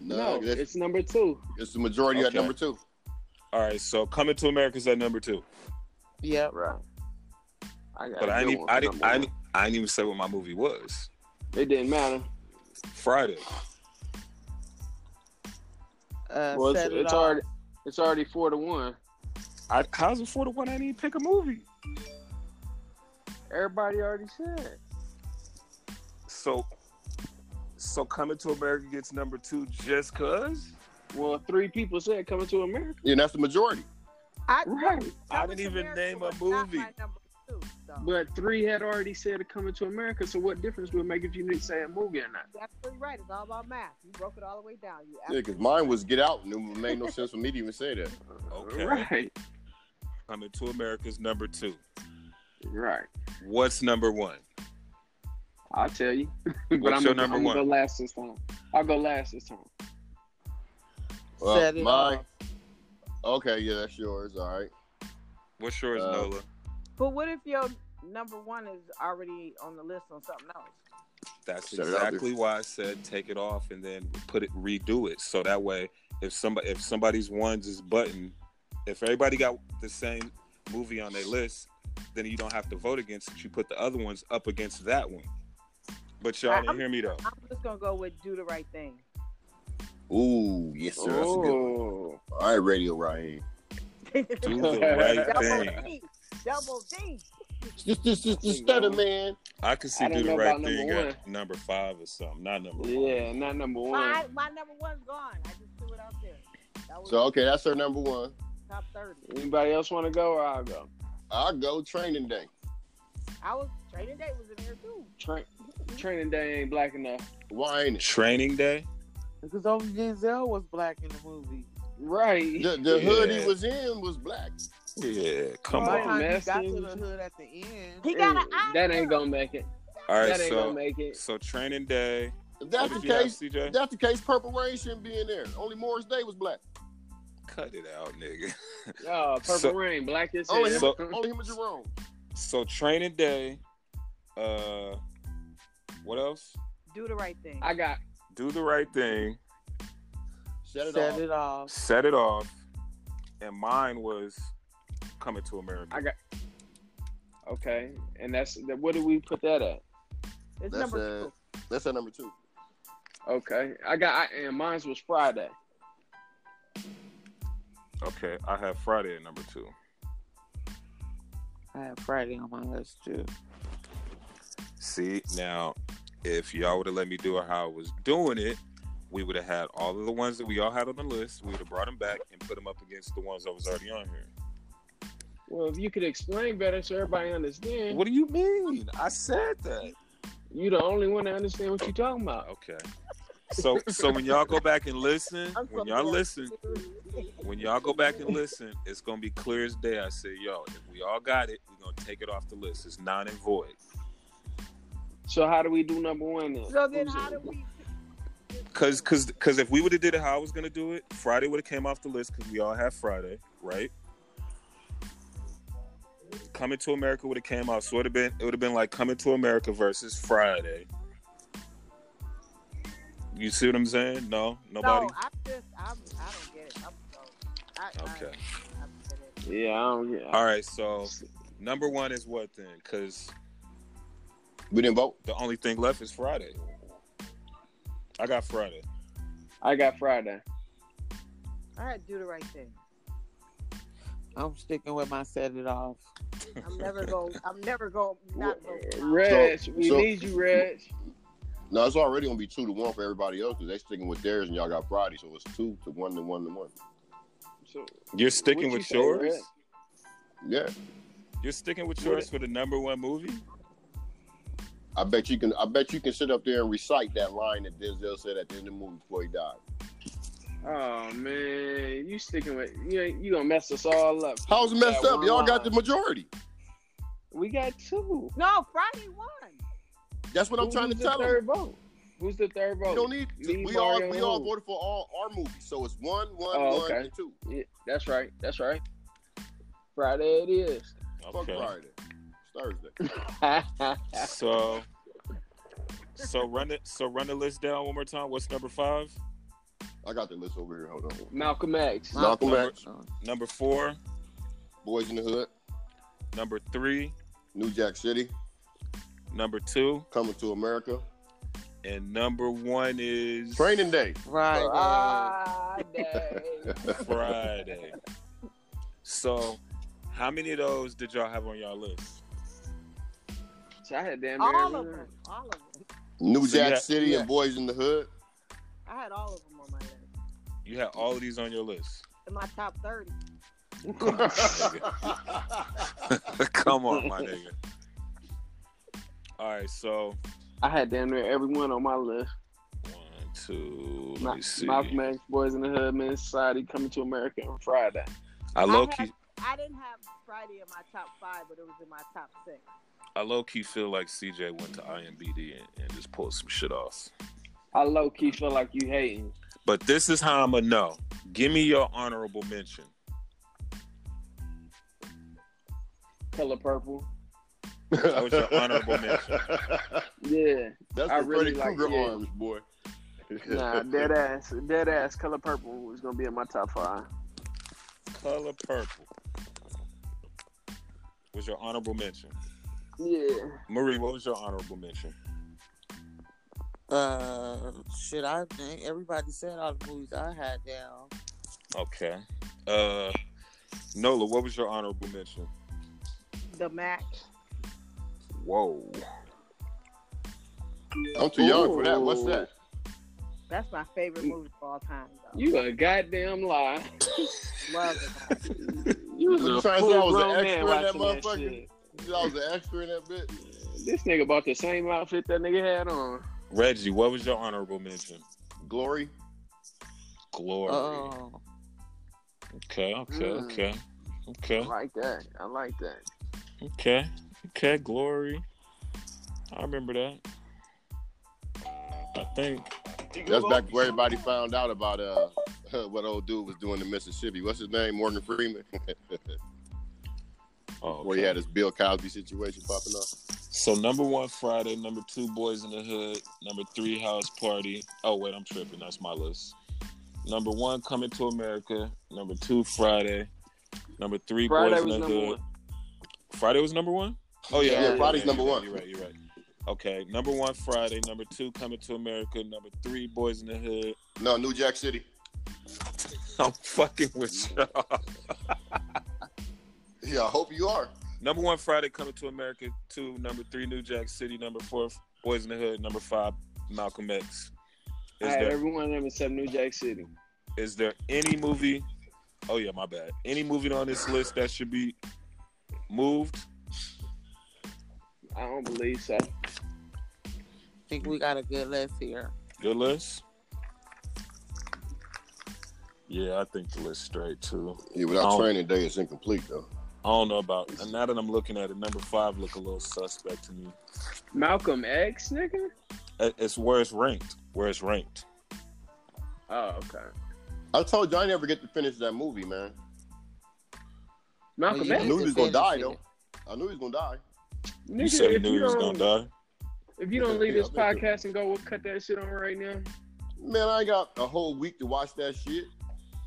Speaker 2: No,
Speaker 3: that's-
Speaker 2: it's number two.
Speaker 3: it's the majority at
Speaker 1: Okay.
Speaker 3: number two.
Speaker 1: All right, so Coming to America's at number two,
Speaker 4: Yep.
Speaker 2: Right. I got
Speaker 1: but
Speaker 2: a
Speaker 1: I
Speaker 2: good
Speaker 1: didn't
Speaker 2: one
Speaker 1: I
Speaker 2: for
Speaker 1: didn't
Speaker 2: number
Speaker 1: I
Speaker 2: one.
Speaker 1: didn't, I didn't even say what my movie was.
Speaker 2: It didn't matter.
Speaker 1: Friday.
Speaker 4: Uh,
Speaker 2: Well, it's,
Speaker 4: set it
Speaker 2: it's
Speaker 4: off.
Speaker 2: already it's already four to one.
Speaker 1: I, how's it four to one? I didn't even pick a movie.
Speaker 2: Everybody already said.
Speaker 1: So, so Coming to America gets number two just cause.
Speaker 2: Well, three people said coming to America.
Speaker 3: Yeah, that's the majority.
Speaker 5: I,
Speaker 2: Right.
Speaker 1: I didn't even
Speaker 5: America
Speaker 1: name a
Speaker 5: was not
Speaker 1: movie.
Speaker 5: my number two, so
Speaker 2: But three had already said coming to America. So what difference would it make if you didn't say a movie or not?
Speaker 5: You're absolutely right. It's all about math. You broke it all the way down. You
Speaker 3: Yeah, because mine was Get Out, and it made no sense for me to even say that.
Speaker 1: Okay.
Speaker 2: Right.
Speaker 1: Coming to America's number two.
Speaker 2: Right.
Speaker 1: What's number one?
Speaker 2: I'll tell you.
Speaker 1: What's
Speaker 2: (laughs)
Speaker 1: your
Speaker 2: I'm gonna-
Speaker 1: number
Speaker 2: I'm gonna
Speaker 1: one?
Speaker 2: go last this time. I'll go last this time.
Speaker 3: Well,
Speaker 4: Set it uh,
Speaker 3: mine-
Speaker 4: off.
Speaker 3: Okay, yeah, that's yours. All right.
Speaker 1: What's yours,
Speaker 3: Uh,
Speaker 1: Nola?
Speaker 5: But what if your number one is already on the list on something else?
Speaker 1: That's
Speaker 3: Set it up.
Speaker 1: exactly why I said take it off and then put it redo it. So that way, if somebody if somebody's ones is button, if everybody got the same movie on their list, then you don't have to vote against it. You put the other ones up against that one. But y'all
Speaker 5: I-
Speaker 1: didn't
Speaker 5: I'm-
Speaker 1: hear me though.
Speaker 5: I'm just gonna go with do the right thing.
Speaker 3: Ooh, yes, sir. That's a good one.
Speaker 2: Oh.
Speaker 3: All right, Radio Raheem.
Speaker 1: Do
Speaker 5: (laughs) Double
Speaker 1: the right thing.
Speaker 5: D. Double D.
Speaker 3: Just, just, just, just stutter, man.
Speaker 1: I could see
Speaker 2: I don't
Speaker 1: do the
Speaker 2: know
Speaker 1: right
Speaker 2: about
Speaker 1: thing
Speaker 2: number
Speaker 1: at number five or something. Not number one.
Speaker 2: Yeah, not number one.
Speaker 5: My my number one's gone. I just threw it out there. That was
Speaker 3: So, okay, that's her number one.
Speaker 5: top thirty.
Speaker 2: Anybody else want to go or I'll go?
Speaker 3: I'll go Training Day.
Speaker 5: I was training day was in there too.
Speaker 2: Tra- training day ain't black enough.
Speaker 3: Why ain't it?
Speaker 1: Training day.
Speaker 4: Because only Denzel was black in the movie.
Speaker 2: Right.
Speaker 3: The, the hood he
Speaker 1: Yeah.
Speaker 3: was in was black.
Speaker 1: Yeah, come
Speaker 4: By
Speaker 2: Right.
Speaker 4: the
Speaker 1: on.
Speaker 4: time you got to the
Speaker 2: Message.
Speaker 4: hood at the end.
Speaker 5: He got an
Speaker 2: Ooh,
Speaker 5: eye.
Speaker 2: That ain't gonna make it.
Speaker 1: All right,
Speaker 2: that ain't gonna
Speaker 1: so (laughs)
Speaker 2: make it.
Speaker 1: so training day.
Speaker 3: If that's
Speaker 1: What
Speaker 3: the
Speaker 1: did you have,
Speaker 3: case,
Speaker 1: CJ?
Speaker 3: if that's the case, Purple Rain shouldn't be in there. Only Morris Day was black.
Speaker 1: Cut it out, nigga.
Speaker 2: Oh, Purple
Speaker 1: So-
Speaker 2: Rain, black as hell.
Speaker 5: Oh,
Speaker 3: Only him,
Speaker 1: So-
Speaker 3: only him and Jerome.
Speaker 1: So training day. Uh, what else?
Speaker 5: Do the right thing.
Speaker 2: I got
Speaker 1: Do the right thing.
Speaker 3: Shut it
Speaker 4: Set
Speaker 3: off.
Speaker 4: it off.
Speaker 1: Set it off. And mine was coming to America.
Speaker 2: I got okay, and that's that. What do we put that at?
Speaker 3: That's
Speaker 5: it's number
Speaker 3: a, that's at number two.
Speaker 2: Okay, I got I, and mine's was Friday.
Speaker 1: Okay, I have Friday at number two.
Speaker 4: I have Friday on my list too.
Speaker 1: See now, if y'all would have let me do it how I was doing it, we would have had all of the ones that we all had on the list. We would have brought them back and put them up against the ones that was already on here.
Speaker 2: Well, if you could explain better so everybody understand,
Speaker 1: What do you mean? I said that.
Speaker 2: you the only one to understand what you talking about.
Speaker 1: Okay. So so when y'all go back and listen,
Speaker 5: I'm
Speaker 1: when
Speaker 5: so
Speaker 1: y'all
Speaker 5: glad.
Speaker 1: listen,
Speaker 5: two.
Speaker 1: when y'all go back and listen, it's gonna be clear as day. I say, yo, if we all got it, we're gonna take it off the list. It's non and void.
Speaker 2: So how do we do number one then?
Speaker 5: So then,
Speaker 2: Who's
Speaker 5: how do
Speaker 2: it?
Speaker 5: we?
Speaker 1: (laughs) Cause cause cause if we would have did it how I was gonna do it, Friday would have came off the list because we all have Friday, right? Coming to America would have came out, so it would have been it would have been like Coming to America versus Friday. You see what I'm saying? No, nobody.
Speaker 5: No, I'm just I'm I don't get it. I'm so I,
Speaker 1: Okay.
Speaker 5: I, I'm finished.
Speaker 2: Yeah, I don't get.
Speaker 1: All right, so number one is what then? Because
Speaker 3: We didn't vote.
Speaker 1: the only thing left is Friday. I got Friday.
Speaker 2: I got Friday.
Speaker 5: All right, do the right thing.
Speaker 4: I'm sticking with my set it off.
Speaker 5: I'm never going. I'm never going not
Speaker 2: (laughs)
Speaker 5: vote. for mine.
Speaker 2: Reg,
Speaker 3: So-
Speaker 2: we
Speaker 3: so-
Speaker 2: need you, Reg.
Speaker 3: No, it's already gonna be two to one for everybody else because they sticking with theirs and y'all got Friday, so it's two to one to one to one.
Speaker 2: So,
Speaker 1: You're sticking
Speaker 2: What you
Speaker 1: with
Speaker 2: say,
Speaker 1: yours.
Speaker 2: Red?
Speaker 3: Yeah,
Speaker 1: You're sticking with
Speaker 2: What
Speaker 1: yours
Speaker 2: it-
Speaker 1: for the number one movie.
Speaker 3: I bet you can. I bet you can sit up there and recite that line that Denzel said at the end of the movie before he died.
Speaker 2: oh man, you sticking with you? ain't- You gonna mess us all up?
Speaker 3: How's it messed
Speaker 2: That
Speaker 3: up?
Speaker 2: one
Speaker 3: Y'all got the
Speaker 2: line.
Speaker 3: majority.
Speaker 2: We got two.
Speaker 5: No, Friday won.
Speaker 3: That's what I'm
Speaker 2: Who
Speaker 3: trying to
Speaker 2: was the
Speaker 3: tell them.
Speaker 2: third vote? Who's the third
Speaker 3: We
Speaker 2: vote?
Speaker 3: don't need.
Speaker 2: Leave
Speaker 3: we all
Speaker 2: Mario
Speaker 3: we all
Speaker 2: alone.
Speaker 3: voted for all our movies, so it's one, one, one,
Speaker 2: Oh, okay.
Speaker 3: and two.
Speaker 2: Yeah, that's right. That's right. Friday it is. (laughs)
Speaker 3: Fuck Friday, It's Thursday.
Speaker 1: So, so run it. So run the list down one more time. What's number five?
Speaker 3: I got the list over here. Hold on.
Speaker 2: Malcolm X.
Speaker 3: Malcolm X,
Speaker 1: Number four.
Speaker 3: Boys in the Hood,
Speaker 1: Number three.
Speaker 3: New Jack City,
Speaker 1: Number two.
Speaker 3: Coming to America,
Speaker 1: And number one is
Speaker 3: Training Day.
Speaker 4: Right.
Speaker 2: Friday.
Speaker 1: Friday. so, how many of those did y'all have on y'all list?
Speaker 2: So I had damn near
Speaker 5: all of
Speaker 2: everything.
Speaker 5: them. All of them.
Speaker 3: New
Speaker 1: So
Speaker 3: Jack
Speaker 1: yeah,
Speaker 3: City
Speaker 2: yeah.
Speaker 3: and Boys in the Hood.
Speaker 5: I had all of them on my list.
Speaker 1: You had all of these on your list.
Speaker 5: In my top 30.
Speaker 1: Come on, nigga. (laughs) Come on, my nigga. All right, so
Speaker 2: (laughs) I had damn near everyone on my list.
Speaker 1: one, two. Let
Speaker 2: Ma-
Speaker 1: me see.
Speaker 2: Malcolm X, Boys in the Hood, Men's Society, Coming to America on Friday.
Speaker 1: I low key.
Speaker 5: I didn't have Friday in my top five, but it was in my top six.
Speaker 1: I low key feel like CJ went to IMBD and, and just pulled some shit off.
Speaker 2: I low key feel like you hating.
Speaker 1: But this is how I'm going to know. Give me your honorable mention.
Speaker 2: Color purple.
Speaker 1: That was your
Speaker 3: (laughs)
Speaker 1: honorable mention.
Speaker 2: Yeah.
Speaker 3: That's
Speaker 2: I
Speaker 3: the
Speaker 2: really
Speaker 3: Freddy
Speaker 2: like
Speaker 3: Krueger
Speaker 2: it.
Speaker 3: arms, boy.
Speaker 2: Nah, dead ass. Dead ass. Color purple is gonna be in my top five.
Speaker 1: Color purple was your honorable mention.
Speaker 2: Yeah.
Speaker 1: Marie, what was your honorable mention?
Speaker 4: Uh, shit, I think everybody said all the movies I had down.
Speaker 1: Okay. Uh, Nola, what was your honorable mention?
Speaker 5: The match.
Speaker 1: Whoa.
Speaker 3: (laughs) I'm too young for that. What's that?
Speaker 5: That's my favorite movie of all time, though.
Speaker 2: Mm. You a goddamn (laughs) lie.
Speaker 5: Love it.
Speaker 2: You was
Speaker 3: You
Speaker 2: a
Speaker 3: trying to say I was an
Speaker 2: full-grown man
Speaker 3: extra in that
Speaker 2: watching that
Speaker 3: motherfucker?
Speaker 2: shit.
Speaker 3: I was an extra in that bit.
Speaker 2: This nigga bought the same outfit that nigga had on.
Speaker 1: Reggie, what was your honorable mention?
Speaker 3: Glory.
Speaker 1: Glory.
Speaker 4: Oh,
Speaker 1: Okay, okay,
Speaker 2: Mm.
Speaker 1: okay.
Speaker 2: I
Speaker 1: Okay,
Speaker 2: like that. I like that.
Speaker 1: okay, okay, Glory. I remember that. I think.
Speaker 3: That's back where everybody found out about uh (laughs) what old dude was doing in Mississippi. What's his name? Morgan Freeman.
Speaker 1: Oh, okay.
Speaker 3: Where he had his Bill Cosby situation popping up.
Speaker 1: So number one Friday, number two Boys in the Hood, number three House Party. Oh wait, I'm tripping. That's my list. Number one Coming to America. Number two Friday. Number three
Speaker 2: Friday
Speaker 1: Boys
Speaker 2: was
Speaker 1: in the
Speaker 2: number
Speaker 1: Hood.
Speaker 2: one.
Speaker 1: Friday was number one. Oh yeah,
Speaker 2: Yeah,
Speaker 1: you're right,
Speaker 3: Friday's
Speaker 1: you're
Speaker 3: number
Speaker 1: right,
Speaker 3: one.
Speaker 1: You're right. You're right. Okay, number one Friday. Number two Coming to America. Number three Boys in the Hood. (laughs)
Speaker 3: No, New Jack City.
Speaker 1: I'm fucking with y'all.
Speaker 3: Yeah, I hope you are.
Speaker 1: Number one Friday Coming to America. Two number three New Jack City. Number four Boys in the Hood. Number five Malcolm X.
Speaker 2: I
Speaker 1: Is
Speaker 2: had
Speaker 1: there
Speaker 2: every one of them except New Jack City.
Speaker 1: is there any movie? Oh yeah, my bad. Any movie on this list that should be moved?
Speaker 2: I don't believe so.
Speaker 4: think we got a good list here.
Speaker 1: Your list? Yeah, I think the list straight too.
Speaker 3: Yeah, without
Speaker 1: Oh.
Speaker 3: training day, it's incomplete though.
Speaker 1: I don't know about. And now that I'm looking at it, number five look a little suspect to me.
Speaker 2: Malcolm X, nigga?
Speaker 1: It- It's where it's ranked. Where it's ranked.
Speaker 2: Oh, okay.
Speaker 3: I told you I never get to finish that movie, man.
Speaker 2: Malcolm
Speaker 4: Well,
Speaker 3: I
Speaker 2: X?
Speaker 4: you-
Speaker 3: knew he was gonna die
Speaker 4: Finish
Speaker 3: though.
Speaker 4: it.
Speaker 3: I knew he was gonna die.
Speaker 2: Nigga,
Speaker 1: You said you
Speaker 2: if
Speaker 1: knew you was
Speaker 2: don't-
Speaker 1: gonna die.
Speaker 2: If you don't leave this
Speaker 3: Yeah, I bet you.
Speaker 2: podcast and go, we'll cut that shit on right now.
Speaker 3: Man, I ain't got a whole week to watch that shit.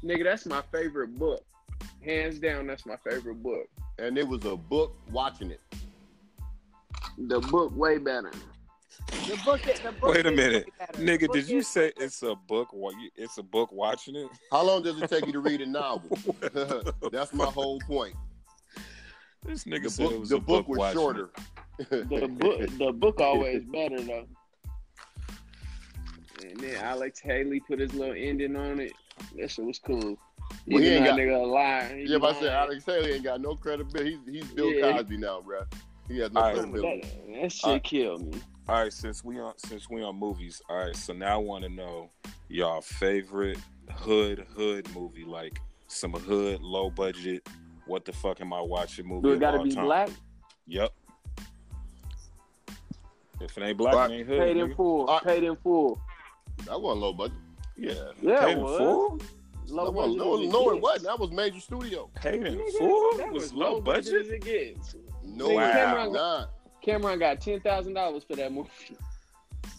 Speaker 2: Nigga, that's my favorite book. Hands down, that's my favorite book.
Speaker 3: And it was a book watching it.
Speaker 2: The book way better.
Speaker 5: The book, the book
Speaker 1: Wait a
Speaker 5: is
Speaker 1: minute.
Speaker 5: way better. The
Speaker 1: Nigga,
Speaker 5: book
Speaker 1: did you
Speaker 5: is-
Speaker 1: say it's a book? wa- you- It's a book watching it.
Speaker 3: How long does it take you to read a novel? (laughs) That's my whole point.
Speaker 1: This nigga
Speaker 3: The
Speaker 1: said it
Speaker 3: book,
Speaker 1: was
Speaker 3: the
Speaker 1: a book,
Speaker 3: book was
Speaker 1: watching it.
Speaker 3: shorter.
Speaker 1: (laughs)
Speaker 2: (laughs) The book, the book always better though. And then Alex Haley put his little ending on it. That shit was cool.
Speaker 3: Well, he
Speaker 2: Even
Speaker 3: ain't
Speaker 2: that
Speaker 3: got-
Speaker 2: nigga a liar. He
Speaker 3: Yeah, but I said
Speaker 2: lying.
Speaker 3: Alex Haley ain't got no credibility. He's, he's Bill
Speaker 2: Yeah.
Speaker 3: Cosby now, bruh. He has no
Speaker 1: All right.
Speaker 3: credibility.
Speaker 2: That, that shit
Speaker 1: Uh,
Speaker 2: killed me.
Speaker 1: All right, since we on since we on movies, all right. So now I want to know y'all favorite hood hood movie, like some hood low budget. What the fuck am I watching movie?
Speaker 2: Do it
Speaker 1: of
Speaker 2: gotta
Speaker 1: all
Speaker 2: be
Speaker 1: time.
Speaker 2: black?
Speaker 1: Yep. If it ain't black,
Speaker 3: Right.
Speaker 1: it ain't
Speaker 2: Paid
Speaker 1: hood.
Speaker 2: in
Speaker 1: nigga.
Speaker 2: full.
Speaker 3: All right.
Speaker 2: Paid in full.
Speaker 3: That wasn't low budget.
Speaker 1: Yeah,
Speaker 2: Yeah,
Speaker 1: paid
Speaker 2: it
Speaker 1: in
Speaker 2: was.
Speaker 1: full.
Speaker 2: Low
Speaker 3: that wasn't,
Speaker 2: budget
Speaker 3: no,
Speaker 2: as it
Speaker 3: no, it
Speaker 2: gets.
Speaker 3: wasn't. That was major studio.
Speaker 1: Paid in
Speaker 2: Nigga,
Speaker 1: full.
Speaker 2: that
Speaker 1: was low budget.
Speaker 2: as it gets.
Speaker 3: No,
Speaker 1: Wow.
Speaker 3: it was not.
Speaker 2: Cameron got ten thousand dollars for that movie.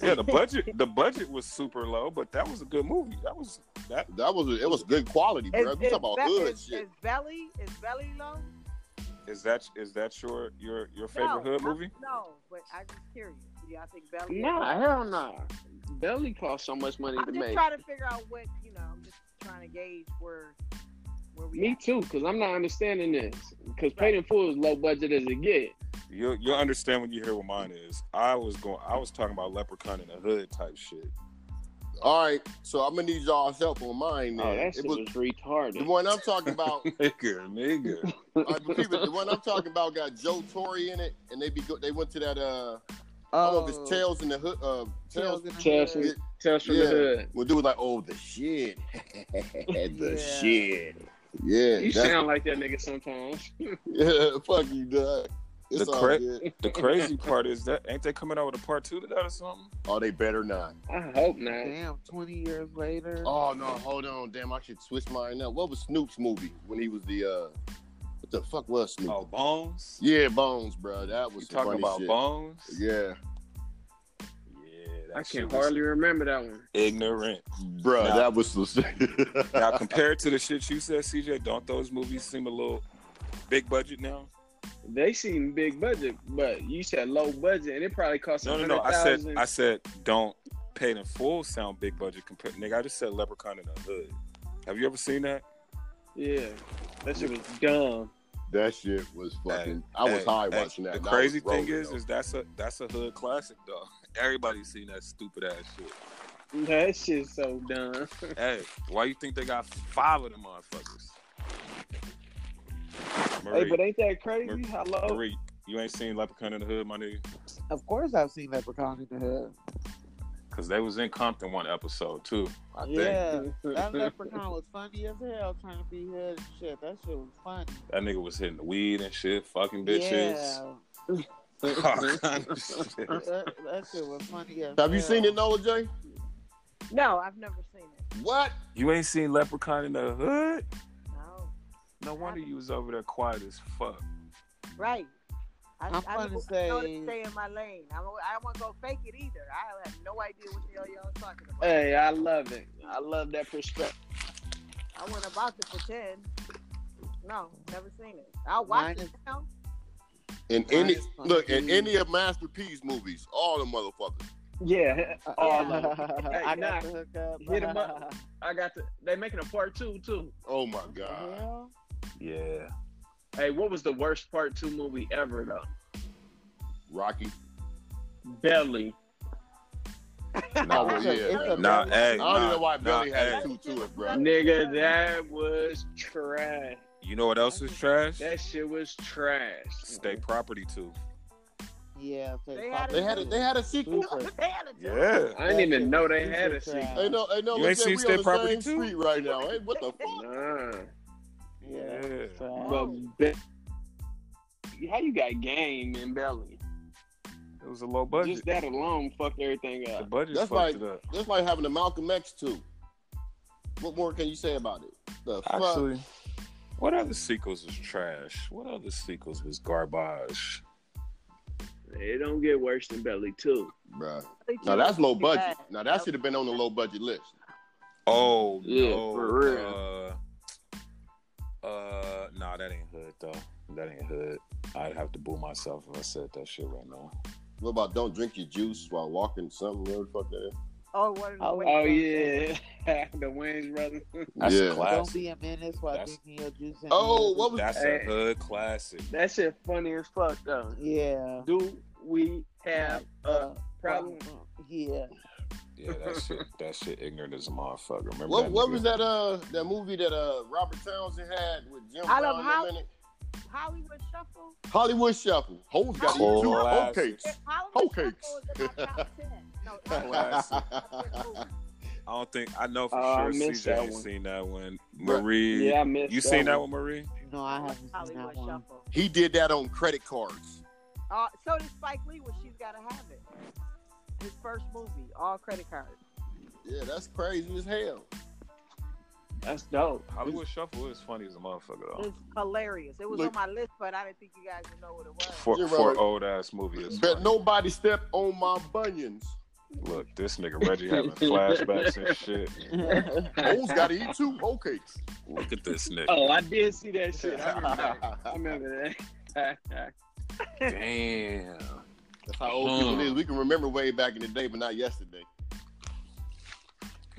Speaker 1: Yeah, the budget the budget was super low, but that was a good movie. That was that.
Speaker 3: That was it. Was good quality, bro.
Speaker 5: Is,
Speaker 3: You
Speaker 5: is,
Speaker 3: talking about
Speaker 5: Be-
Speaker 3: hood
Speaker 5: is,
Speaker 3: shit?
Speaker 5: is Belly is Belly low?
Speaker 1: Is that is that your your your
Speaker 5: no,
Speaker 1: favorite hood
Speaker 5: I-
Speaker 1: movie?
Speaker 5: No, but I just curious. Do y'all think Belly? is
Speaker 2: nah,
Speaker 5: low?
Speaker 2: hell nah. Belly cost so much money to
Speaker 5: I'm just
Speaker 2: make.
Speaker 5: trying to figure out what you know. I'm just trying to gauge where where we.
Speaker 2: Me
Speaker 5: at.
Speaker 2: too, because I'm not understanding this. Because paid in full is low budget as it get.
Speaker 1: You'll you'll understand when you hear what mine is. I was going. I was talking about Leprechaun in the hood type shit. (laughs)
Speaker 3: All right, so I'm gonna need y'all's help on mine. Then.
Speaker 2: Oh, that
Speaker 3: it
Speaker 2: shit was,
Speaker 3: was the
Speaker 2: retarded.
Speaker 3: one I'm
Speaker 2: (laughs)
Speaker 3: talking about.
Speaker 1: Nigga, nigga.
Speaker 3: all right, but keep it- the one I'm talking about got Joe Torre in it, and they be go, they went to that uh oh. all of his tails in the hood uh tails.
Speaker 4: Tails in the
Speaker 2: Tails
Speaker 4: hood.
Speaker 2: in- Tales from
Speaker 3: Yeah.
Speaker 2: the hood.
Speaker 3: When dude was like, oh the shit, (laughs) the
Speaker 4: Yeah.
Speaker 3: shit, yeah,
Speaker 2: You
Speaker 3: that's-
Speaker 2: sound like that nigga sometimes.
Speaker 3: (laughs) yeah, fuck you, dog. It's
Speaker 1: The
Speaker 3: all
Speaker 1: cra-
Speaker 3: good.
Speaker 1: The crazy part is that ain't they coming out with a part two to that or something?
Speaker 3: Oh, they better not.
Speaker 2: I hope not.
Speaker 4: Damn, 20 years later.
Speaker 3: Oh no, hold on, damn, I should switch mine up. What was Snoop's movie when he was the uh, what the fuck was Snoop?
Speaker 1: Oh, Bones.
Speaker 3: Yeah, Bones, bro. That
Speaker 1: You
Speaker 3: was some
Speaker 1: talking
Speaker 3: funny
Speaker 1: about
Speaker 3: shit.
Speaker 1: Bones?
Speaker 3: Yeah,
Speaker 1: Yeah, that
Speaker 2: I
Speaker 1: shit
Speaker 2: can
Speaker 1: was
Speaker 2: hardly remember that one.
Speaker 1: ignorant.
Speaker 3: bro,
Speaker 1: Nah.
Speaker 3: that was some shit.
Speaker 1: Now compared to the shit you said, CJ, don't those movies seem a little big budget now?
Speaker 2: They seem big budget, but you said low budget, and it probably cost
Speaker 1: No, no, no. I said, I said, don't paid in full sound big budget compared. Nigga, I just said Leprechaun in the Hood. Have you ever seen that?
Speaker 2: yeah, that shit was dumb.
Speaker 3: (laughs) that shit was fucking. I was
Speaker 1: Hey,
Speaker 3: high
Speaker 1: hey,
Speaker 3: watching that.
Speaker 1: The
Speaker 3: and I
Speaker 1: crazy
Speaker 3: was
Speaker 1: thing
Speaker 3: rolling,
Speaker 1: is,
Speaker 3: though.
Speaker 1: is that's a that's a hood classic, though. (laughs) Everybody's seen that stupid ass shit.
Speaker 2: That shit's so dumb.
Speaker 1: hey, why you think they got five of them motherfuckers?
Speaker 2: Hey,
Speaker 1: Marie,
Speaker 2: but ain't that crazy?
Speaker 1: Marie-
Speaker 2: How low?
Speaker 1: Marie, you ain't seen Leprechaun in the Hood, my nigga.
Speaker 4: Of course, I've seen Leprechaun in the Hood.
Speaker 1: Cause they was in Compton one episode too. I think
Speaker 4: Yeah, that Leprechaun was funny as hell trying to be hood and shit. That shit was funny.
Speaker 1: that nigga was hitting the weed and shit, fucking bitches. (laughs)
Speaker 4: Yeah,
Speaker 1: All kind of shit.
Speaker 4: that, that shit was funny as
Speaker 3: have you
Speaker 4: hell.
Speaker 3: seen it, Nola J?
Speaker 5: No, I've never seen it.
Speaker 3: What?
Speaker 1: You ain't seen Leprechaun in the Hood?
Speaker 5: No,
Speaker 1: No wonder you was over there quiet as fuck.
Speaker 5: right. I,
Speaker 4: I'm
Speaker 5: I
Speaker 4: gonna
Speaker 5: know-
Speaker 4: say-
Speaker 5: I know to stay in my lane. I don't, I don't want to go fake it either. I have no idea what the hell y'all talking
Speaker 2: (laughs)
Speaker 5: about.
Speaker 2: Hey, I love it. I love that perspective.
Speaker 5: I went about to pretend. No, never seen it. I'll
Speaker 4: Mine
Speaker 5: watch it
Speaker 4: is- (laughs)
Speaker 5: now.
Speaker 3: In
Speaker 4: Mine
Speaker 3: any
Speaker 4: is funny.
Speaker 3: look, in any of Master P's movies, all the motherfuckers.
Speaker 2: Yeah,
Speaker 4: Uh, (laughs)
Speaker 2: all
Speaker 5: Yeah.
Speaker 2: of it.
Speaker 4: I
Speaker 2: Oh, Hey, nah.
Speaker 4: got the hook up.
Speaker 2: Hit 'em up. I got the. They making a part two too.
Speaker 3: Oh my
Speaker 4: What the
Speaker 3: god.
Speaker 4: hell?
Speaker 1: Yeah.
Speaker 2: Hey, what was the worst part two movie ever though?
Speaker 3: Rocky.
Speaker 2: Belly. Oh,
Speaker 3: No,
Speaker 4: It's a- it's
Speaker 3: yeah.
Speaker 4: a
Speaker 1: Nah, eh.
Speaker 4: belly-
Speaker 1: hey,
Speaker 3: I don't even know why
Speaker 1: nah,
Speaker 3: Billy
Speaker 1: hey.
Speaker 3: had two to it, bro.
Speaker 2: Nigga, that was trash.
Speaker 1: You know what else is trash?
Speaker 2: That shit was trash.
Speaker 1: Stay property too.
Speaker 4: Yeah,
Speaker 5: They had
Speaker 3: They had a, they had a sequel. (laughs)
Speaker 5: They had a
Speaker 1: Yeah.
Speaker 2: I didn't even know they had a sequel.
Speaker 3: Hey, no, hey, no,
Speaker 1: You ain't
Speaker 3: let's say
Speaker 1: seen
Speaker 3: we
Speaker 1: State
Speaker 3: on the
Speaker 1: Property
Speaker 3: same
Speaker 1: two?
Speaker 3: street right now. Hey, what the fuck?
Speaker 2: Nah.
Speaker 4: Yeah.
Speaker 1: Yeah.
Speaker 2: But Be- how you got game in Belly?
Speaker 1: It was a low budget.
Speaker 2: Just that alone fucked everything
Speaker 1: the
Speaker 2: up.
Speaker 1: budget
Speaker 3: That's
Speaker 1: fucked
Speaker 3: like-
Speaker 1: it up.
Speaker 3: That's like having a Malcolm X too. What more can you say about it? The fuck?
Speaker 1: Actually, what other sequels was trash? What other sequels was garbage?
Speaker 2: It don't get worse than Belly too.
Speaker 3: Bruh.
Speaker 5: Belly
Speaker 3: Now
Speaker 5: too.
Speaker 3: that's low
Speaker 5: Too
Speaker 3: budget.
Speaker 5: bad.
Speaker 3: Now that should have been on the low budget list.
Speaker 1: Oh
Speaker 2: Yeah,
Speaker 1: no,
Speaker 2: for real.
Speaker 1: Uh, uh, nah, that ain't hood though. That ain't hood. I'd have to boo myself if I said that shit right now.
Speaker 3: What about don't drink your juice while walking something? Whatever the fuck that is.
Speaker 5: Oh, what are the
Speaker 4: Oh,
Speaker 5: ways
Speaker 2: Oh
Speaker 5: out
Speaker 2: yeah, (laughs) the Wayne's brother.
Speaker 1: That's
Speaker 3: Yeah.
Speaker 1: a
Speaker 4: Don't
Speaker 1: classic.
Speaker 4: be a menace while
Speaker 1: That's-
Speaker 4: drinking your juice. and-
Speaker 3: Oh, what was
Speaker 1: That's
Speaker 2: Hey.
Speaker 1: a hood classic.
Speaker 2: That shit funny as fuck though.
Speaker 4: Yeah.
Speaker 2: Do we have a
Speaker 4: Uh,
Speaker 2: problem?
Speaker 4: Yeah.
Speaker 1: Yeah,
Speaker 2: (laughs)
Speaker 1: that shit. That shit ignorant as a motherfucker. Remember
Speaker 3: What,
Speaker 1: that
Speaker 3: what
Speaker 1: nigga?
Speaker 3: was that uh that movie that uh Robert Townsend had with Jim
Speaker 5: I love
Speaker 3: Brown
Speaker 5: how-
Speaker 3: in it?
Speaker 5: there? Hollywood Shuffle.
Speaker 3: Hollywood Shuffle. Hoes got
Speaker 1: Cold
Speaker 3: two
Speaker 1: ass.
Speaker 3: hoe cakes.
Speaker 5: Yeah, Hollywood
Speaker 3: Hoe
Speaker 5: Shuffle is in
Speaker 3: (laughs)
Speaker 5: my top ten. No,
Speaker 1: Classic.
Speaker 5: Hollywood
Speaker 1: I don't think I know for
Speaker 2: Oh, I
Speaker 1: sure.
Speaker 2: missed
Speaker 1: CJ
Speaker 2: that
Speaker 1: ain't
Speaker 2: one.
Speaker 1: seen that one.
Speaker 3: Bruh.
Speaker 1: Marie,
Speaker 2: Yeah, I missed.
Speaker 1: you seen that one, Marie?
Speaker 4: No, I
Speaker 5: Shuffle.
Speaker 4: haven't seen
Speaker 5: Hollywood
Speaker 4: that one.
Speaker 5: Shuffle.
Speaker 3: He did that on credit cards.
Speaker 5: Uh, so did Spike Lee when She's Gotta Have It. His first movie, all credit cards.
Speaker 3: Yeah, that's crazy as hell.
Speaker 2: That's
Speaker 3: (laughs)
Speaker 2: dope.
Speaker 1: Hollywood Shuffle is funny as a motherfucker though.
Speaker 5: It's hilarious. It was
Speaker 3: Look-
Speaker 5: on my list, but I didn't think you guys would know what it was.
Speaker 1: For
Speaker 3: You're
Speaker 1: for
Speaker 3: right.
Speaker 1: old ass movie. it's
Speaker 3: Bet
Speaker 1: funny.
Speaker 3: nobody step on my bunions.
Speaker 1: Look, this
Speaker 2: (laughs)
Speaker 1: nigga Reggie having flashbacks and shit.
Speaker 4: (laughs)
Speaker 3: Hoes gotta eat
Speaker 1: (laughs)
Speaker 3: two whole cakes.
Speaker 1: Look at this nigga.
Speaker 2: Oh, I did see that shit.
Speaker 3: (laughs)
Speaker 2: I remember that. I remember that. (laughs)
Speaker 1: Damn.
Speaker 3: That's how old people
Speaker 1: Hmm.
Speaker 3: is. We can remember way back in the day, but not yesterday.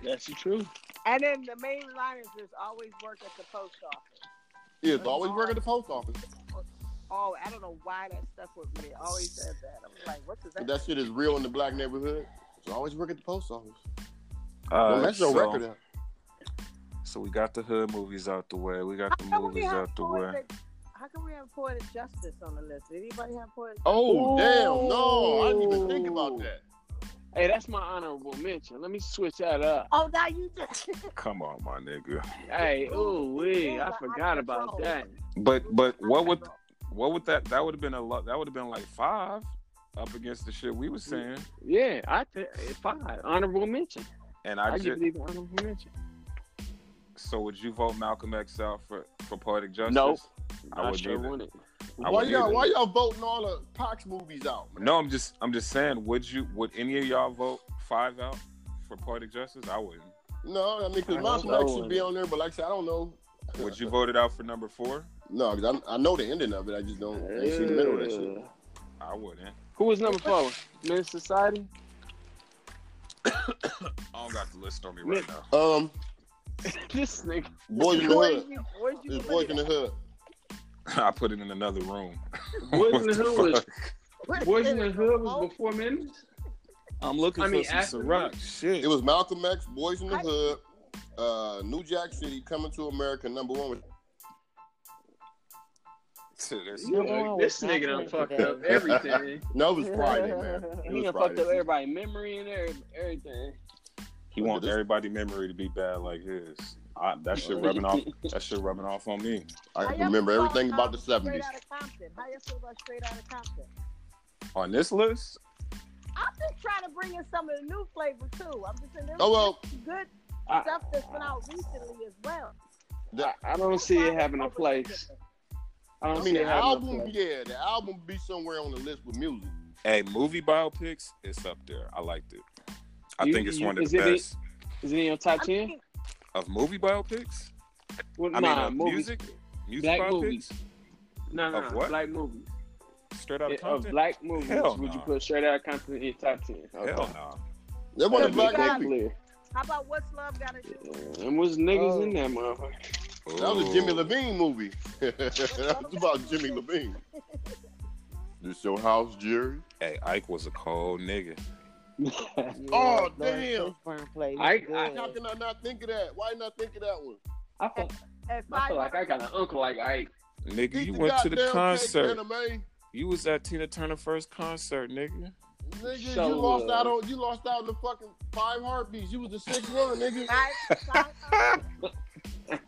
Speaker 2: That's the truth.
Speaker 5: And then the main line is there's always work at the post office.
Speaker 3: Yeah, it's always work at the post office.
Speaker 5: Oh, I don't know why that stuff with me. It always said that. I was like, what does that?
Speaker 3: If that shit is real in the black neighborhood, it's always work at the post office.
Speaker 1: Uh,
Speaker 3: Don't mess your
Speaker 1: so,
Speaker 3: record up.
Speaker 1: so we got the hood movies out the way. We got the
Speaker 5: How come we
Speaker 1: movies
Speaker 5: have
Speaker 1: out the way.
Speaker 5: poetic- How come we have poetic justice on the list? Did anybody have poetic?
Speaker 3: Oh, damn. No, I didn't even
Speaker 2: Ooh.
Speaker 3: think about that.
Speaker 2: Hey, that's my honorable mention. Let me switch that up.
Speaker 5: Oh, now you just. (laughs)
Speaker 1: Come on, my nigga.
Speaker 2: Hey, ooh wee, I forgot about that.
Speaker 1: But but what would what would that that would have been a lot? That would have been like five up against the shit we was saying.
Speaker 2: Yeah, I th- five honorable mention.
Speaker 1: And
Speaker 2: I,
Speaker 1: I
Speaker 2: give
Speaker 1: just
Speaker 2: these honorable mention.
Speaker 1: so would you vote Malcolm X out for for poetic justice?
Speaker 2: Nope.
Speaker 1: I
Speaker 2: I,
Speaker 1: would
Speaker 2: sure
Speaker 1: either.
Speaker 2: won it.
Speaker 1: I
Speaker 3: Why
Speaker 1: would
Speaker 3: y'all,
Speaker 1: either.
Speaker 3: why y'all voting all the Pox movies out? man?
Speaker 1: No, I'm just I'm just saying. Would you? Would any of y'all vote five out for poetic justice? I wouldn't.
Speaker 3: No, I mean,
Speaker 2: I
Speaker 3: because
Speaker 2: don't
Speaker 3: Malcolm X
Speaker 2: know.
Speaker 3: should be on there, but like I said, I don't know.
Speaker 1: Would you vote it out for number four?
Speaker 3: No, because I know the ending of it. I just don't I ain't see the middle of that shit.
Speaker 2: Uh,
Speaker 1: I wouldn't.
Speaker 2: Who was number four? Men's Society? (laughs)
Speaker 1: I don't got the list on me right now.
Speaker 3: Um,
Speaker 2: this nigga.
Speaker 3: Boys in the
Speaker 5: Where did
Speaker 3: Hood.
Speaker 5: you, where'd you
Speaker 3: It's
Speaker 5: put
Speaker 3: Boys
Speaker 5: it?
Speaker 3: in the Hood.
Speaker 1: (laughs) I put it in another room.
Speaker 2: Boys in the Hood was,
Speaker 5: Where'd you
Speaker 2: Boys in
Speaker 5: put
Speaker 2: the
Speaker 5: it?
Speaker 2: Hood was
Speaker 5: Oh,
Speaker 2: before Men's?
Speaker 1: I'm looking
Speaker 2: I mean,
Speaker 1: for
Speaker 2: after-
Speaker 1: some Ciroc shit.
Speaker 3: It was Malcolm X, Boys in the
Speaker 5: I-
Speaker 3: Hood, uh, New Jack City, Coming to America, number one.
Speaker 1: Shit, that's-
Speaker 2: You
Speaker 1: like,
Speaker 2: know, this nigga done fucked up everything.
Speaker 3: No, it was Friday, man. It
Speaker 2: He (laughs)
Speaker 3: was
Speaker 2: done fucked up
Speaker 3: Friday.
Speaker 2: everybody's memory and every- everything.
Speaker 1: he
Speaker 3: Look at
Speaker 1: wants
Speaker 3: this.
Speaker 1: everybody memory to be bad like his. I, that shit rubbing off. That shit rubbing off on me.
Speaker 3: I
Speaker 5: how y'all
Speaker 3: remember
Speaker 5: feel
Speaker 3: everything about the
Speaker 5: Straight
Speaker 3: 70s.
Speaker 5: out of Compton. How you feel about straight out of Compton?
Speaker 1: On this list,
Speaker 5: I'm just trying to bring in some of the new flavor too. I'm just saying there's
Speaker 3: Oh, well.
Speaker 5: good
Speaker 2: (laughs) I,
Speaker 5: stuff that's been out recently as well.
Speaker 2: I, I don't see it having a place. I don't
Speaker 3: I
Speaker 2: see
Speaker 3: mean, the
Speaker 2: it having a
Speaker 3: album,
Speaker 2: place.
Speaker 3: yeah, the album be somewhere on the list with music.
Speaker 1: hey, movie biopics, it's up there. I liked it. I
Speaker 2: You-
Speaker 1: think it's
Speaker 2: you-
Speaker 1: one of
Speaker 2: is
Speaker 1: the
Speaker 2: it-
Speaker 1: best
Speaker 2: Is it in your top
Speaker 5: I
Speaker 2: ten?
Speaker 5: think
Speaker 1: of movie biopics.
Speaker 2: Well,
Speaker 1: I mean,
Speaker 2: nah,
Speaker 1: uh,
Speaker 2: movies.
Speaker 1: music, music
Speaker 2: Black
Speaker 1: biopics,
Speaker 2: movies. No, no,
Speaker 1: Of
Speaker 2: no,
Speaker 1: what?
Speaker 2: black movies. Eh,
Speaker 1: straight out of
Speaker 2: Of
Speaker 1: Compton.
Speaker 2: black movies,
Speaker 1: Hell
Speaker 2: would you
Speaker 1: nah.
Speaker 2: put straight out of Compton in your top ten?
Speaker 1: Hell no.
Speaker 3: That
Speaker 2: Wanna
Speaker 3: one
Speaker 5: What
Speaker 3: is
Speaker 5: we
Speaker 3: Black
Speaker 5: got?
Speaker 2: that
Speaker 3: Hippie.
Speaker 2: clear.
Speaker 5: How about what's love got to do? with it?
Speaker 2: And was niggas in that motherfucker?
Speaker 3: That was a Jimmy
Speaker 1: Ooh.
Speaker 3: Levine movie. (laughs) that was about Jimmy Levine. (laughs) This your house, Jerry?
Speaker 1: Hey, Ike was a cold nigga.
Speaker 3: Oh,
Speaker 6: Gordon
Speaker 3: damn.
Speaker 6: Fishburne played
Speaker 2: I-
Speaker 6: it
Speaker 2: I-
Speaker 6: good.
Speaker 3: How can I not think of that? Why not think of that one?
Speaker 2: (laughs) I feel,
Speaker 5: At
Speaker 2: I
Speaker 5: five,
Speaker 2: feel like I got an uncle like Ike.
Speaker 1: Nigga,
Speaker 3: Eat
Speaker 1: you
Speaker 3: the
Speaker 1: went to the
Speaker 3: goddamn
Speaker 1: concert.
Speaker 3: Cake, anime.
Speaker 1: You was at Tina Turner first concert, nigga.
Speaker 3: Nigga,
Speaker 2: So,
Speaker 3: you lost
Speaker 2: uh,
Speaker 3: out on you lost out on the fucking five heartbeats. You was the sixth one, nigga.
Speaker 5: five, five, five,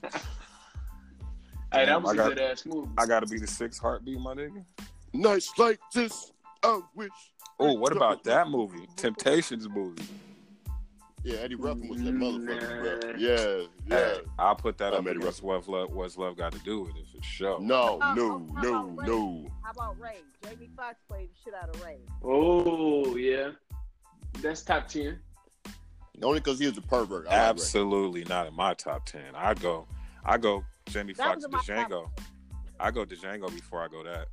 Speaker 2: Hey,
Speaker 1: Damn,
Speaker 2: that was
Speaker 1: I
Speaker 2: a
Speaker 1: got-
Speaker 2: good ass movie.
Speaker 1: I gotta be the sixth heartbeat, my nigga.
Speaker 3: Nights like this, I wish.
Speaker 1: Oh, what about that movie? Temptations movie.
Speaker 3: Yeah, Eddie Ruffin was that motherfucker, bro.
Speaker 2: Nah.
Speaker 3: Yeah, yeah.
Speaker 1: Hey, I'll put that
Speaker 3: I
Speaker 1: up
Speaker 3: made it
Speaker 1: against what love, what's love got to do with it for sure.
Speaker 3: No,
Speaker 5: Oh,
Speaker 3: no,
Speaker 5: oh,
Speaker 3: no,
Speaker 5: oh,
Speaker 3: no.
Speaker 5: how about Ray? Jamie Foxx played the shit out of Ray.
Speaker 2: Oh yeah, that's top ten.
Speaker 3: Only because he was a pervert. I like that.
Speaker 1: Absolutely not in my top ten. I go, I go Jamie
Speaker 5: That
Speaker 1: Foxx
Speaker 5: was
Speaker 1: to
Speaker 5: in my top
Speaker 1: Django. I go to Django before I go that.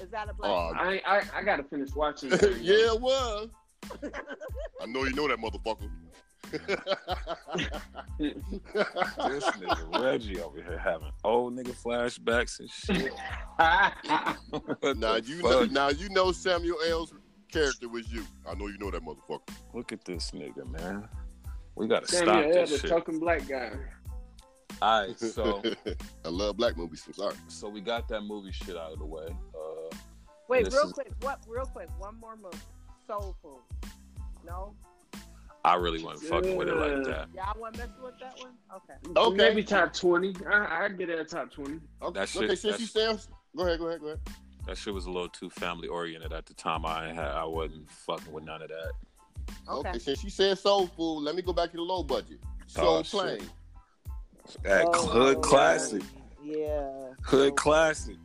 Speaker 5: Is that a black?
Speaker 3: Oh,
Speaker 2: I I, I gotta finish
Speaker 3: (laughs)
Speaker 2: watching.
Speaker 3: yeah,
Speaker 2: that. (laughs)
Speaker 3: it was.
Speaker 1: Oh,
Speaker 3: I know you know that
Speaker 1: (laughs)
Speaker 3: motherfucker.
Speaker 1: This nigga Reggie over here having old nigga flashbacks and shit. What
Speaker 3: now
Speaker 1: the
Speaker 3: you know,
Speaker 1: fuck?
Speaker 3: now you know Samuel L's character was you. I know you know that motherfucker.
Speaker 1: Look at this nigga, man. We gotta stop
Speaker 2: Samuel L.
Speaker 1: this
Speaker 2: the
Speaker 1: shit.
Speaker 2: talking black guy.
Speaker 1: All right, so
Speaker 3: (laughs) I love black movies. I'm sorry.
Speaker 1: so we got that movie shit out of the way. Uh,
Speaker 5: (laughs) Wait,
Speaker 1: this
Speaker 5: real
Speaker 1: is-
Speaker 5: quick. What? Real quick. One more movie. Soul Food. No,
Speaker 1: I really wasn't fucking with it like that.
Speaker 5: y'all want to mess with that one? Okay.
Speaker 3: Okay.
Speaker 2: Maybe top twenty. I I get that top twenty.
Speaker 3: Okay,
Speaker 1: That shit-
Speaker 3: okay since
Speaker 1: that's-
Speaker 3: you said, go ahead, go ahead, go ahead.
Speaker 1: That shit was a little too family oriented at the time. I ain't had, I wasn't fucking with none of that.
Speaker 5: Okay.
Speaker 3: Okay. since you said soul food, let me go back to the low budget. Soul
Speaker 1: Oh, shit.
Speaker 3: plane.
Speaker 1: That
Speaker 5: Oh,
Speaker 1: hood
Speaker 5: yeah.
Speaker 1: classic,
Speaker 5: Yeah.
Speaker 1: hood classic.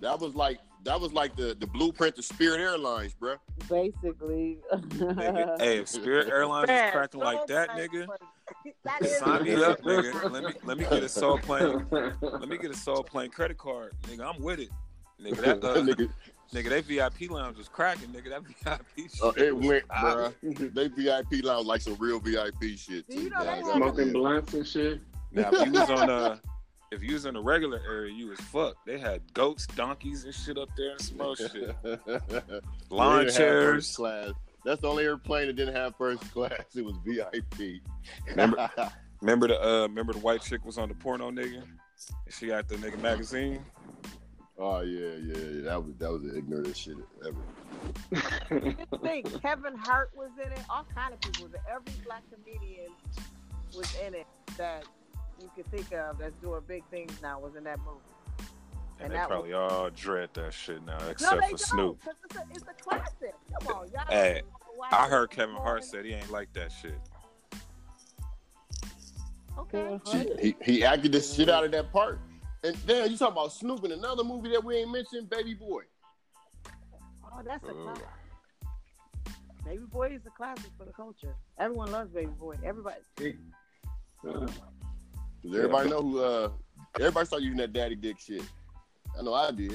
Speaker 3: That was like that was like the, the blueprint to Spirit Airlines, bruh.
Speaker 4: (laughs)
Speaker 5: Basically.
Speaker 1: (laughs) Nigga, hey, if Spirit Airlines is cracking like that, nigga,
Speaker 5: (laughs) That is
Speaker 1: sign me up, nigga. Let me let me get a soul (laughs) plane. Let me get a soul plane credit card, nigga. I'm with it, nigga. (laughs)
Speaker 3: (laughs)
Speaker 1: That uh, nigga.
Speaker 3: Nigga,
Speaker 1: that VIP lounge was cracking, nigga. That (laughs) VIP shit.
Speaker 3: uh, it went,
Speaker 1: Ah.
Speaker 3: bruh. They VIP lounge like some real VIP shit.
Speaker 5: Do
Speaker 3: too,
Speaker 5: you know
Speaker 3: dog.
Speaker 5: they had-
Speaker 2: (laughs) Smoking blunts and shit.
Speaker 1: Now, if you was on a, if you was in the regular area, you was fucked. They had goats, donkeys, and shit up there and some other shit. (laughs)
Speaker 3: (laughs) We
Speaker 1: Lawn
Speaker 3: didn't have first
Speaker 1: chairs.
Speaker 3: class. That's the only airplane that didn't have first class. It was VIP.
Speaker 1: Remember- Remember the uh, remember the white chick was on the porno nigga. She got the nigga magazine.
Speaker 3: (laughs) oh yeah, yeah, yeah. That was that was the ignorantest shit ever.
Speaker 5: You think Kevin Hart was in it? All kind of people. Every black comedian was in it that you could think of that's doing big things now was in that movie.
Speaker 1: And,
Speaker 5: And
Speaker 1: they
Speaker 5: that
Speaker 1: probably all dread that shit now, except for Snoop.
Speaker 5: 'cause It's a, it's a classic. Come on, y'all.
Speaker 1: Hey,
Speaker 5: Why-
Speaker 1: I heard Kevin Hart said he ain't like that shit.
Speaker 5: Okay.
Speaker 3: She, he, he acted the shit out of that part. And then you talking about Snoop in another movie that we ain't mentioned, Baby Boy.
Speaker 5: Oh, that's a
Speaker 1: Ooh.
Speaker 5: classic. Baby Boy is a classic for the culture. Everyone loves Baby Boy. Everybody.
Speaker 2: Uh,
Speaker 3: Does everybody know who? Uh, everybody started using that daddy dick shit. I know I did.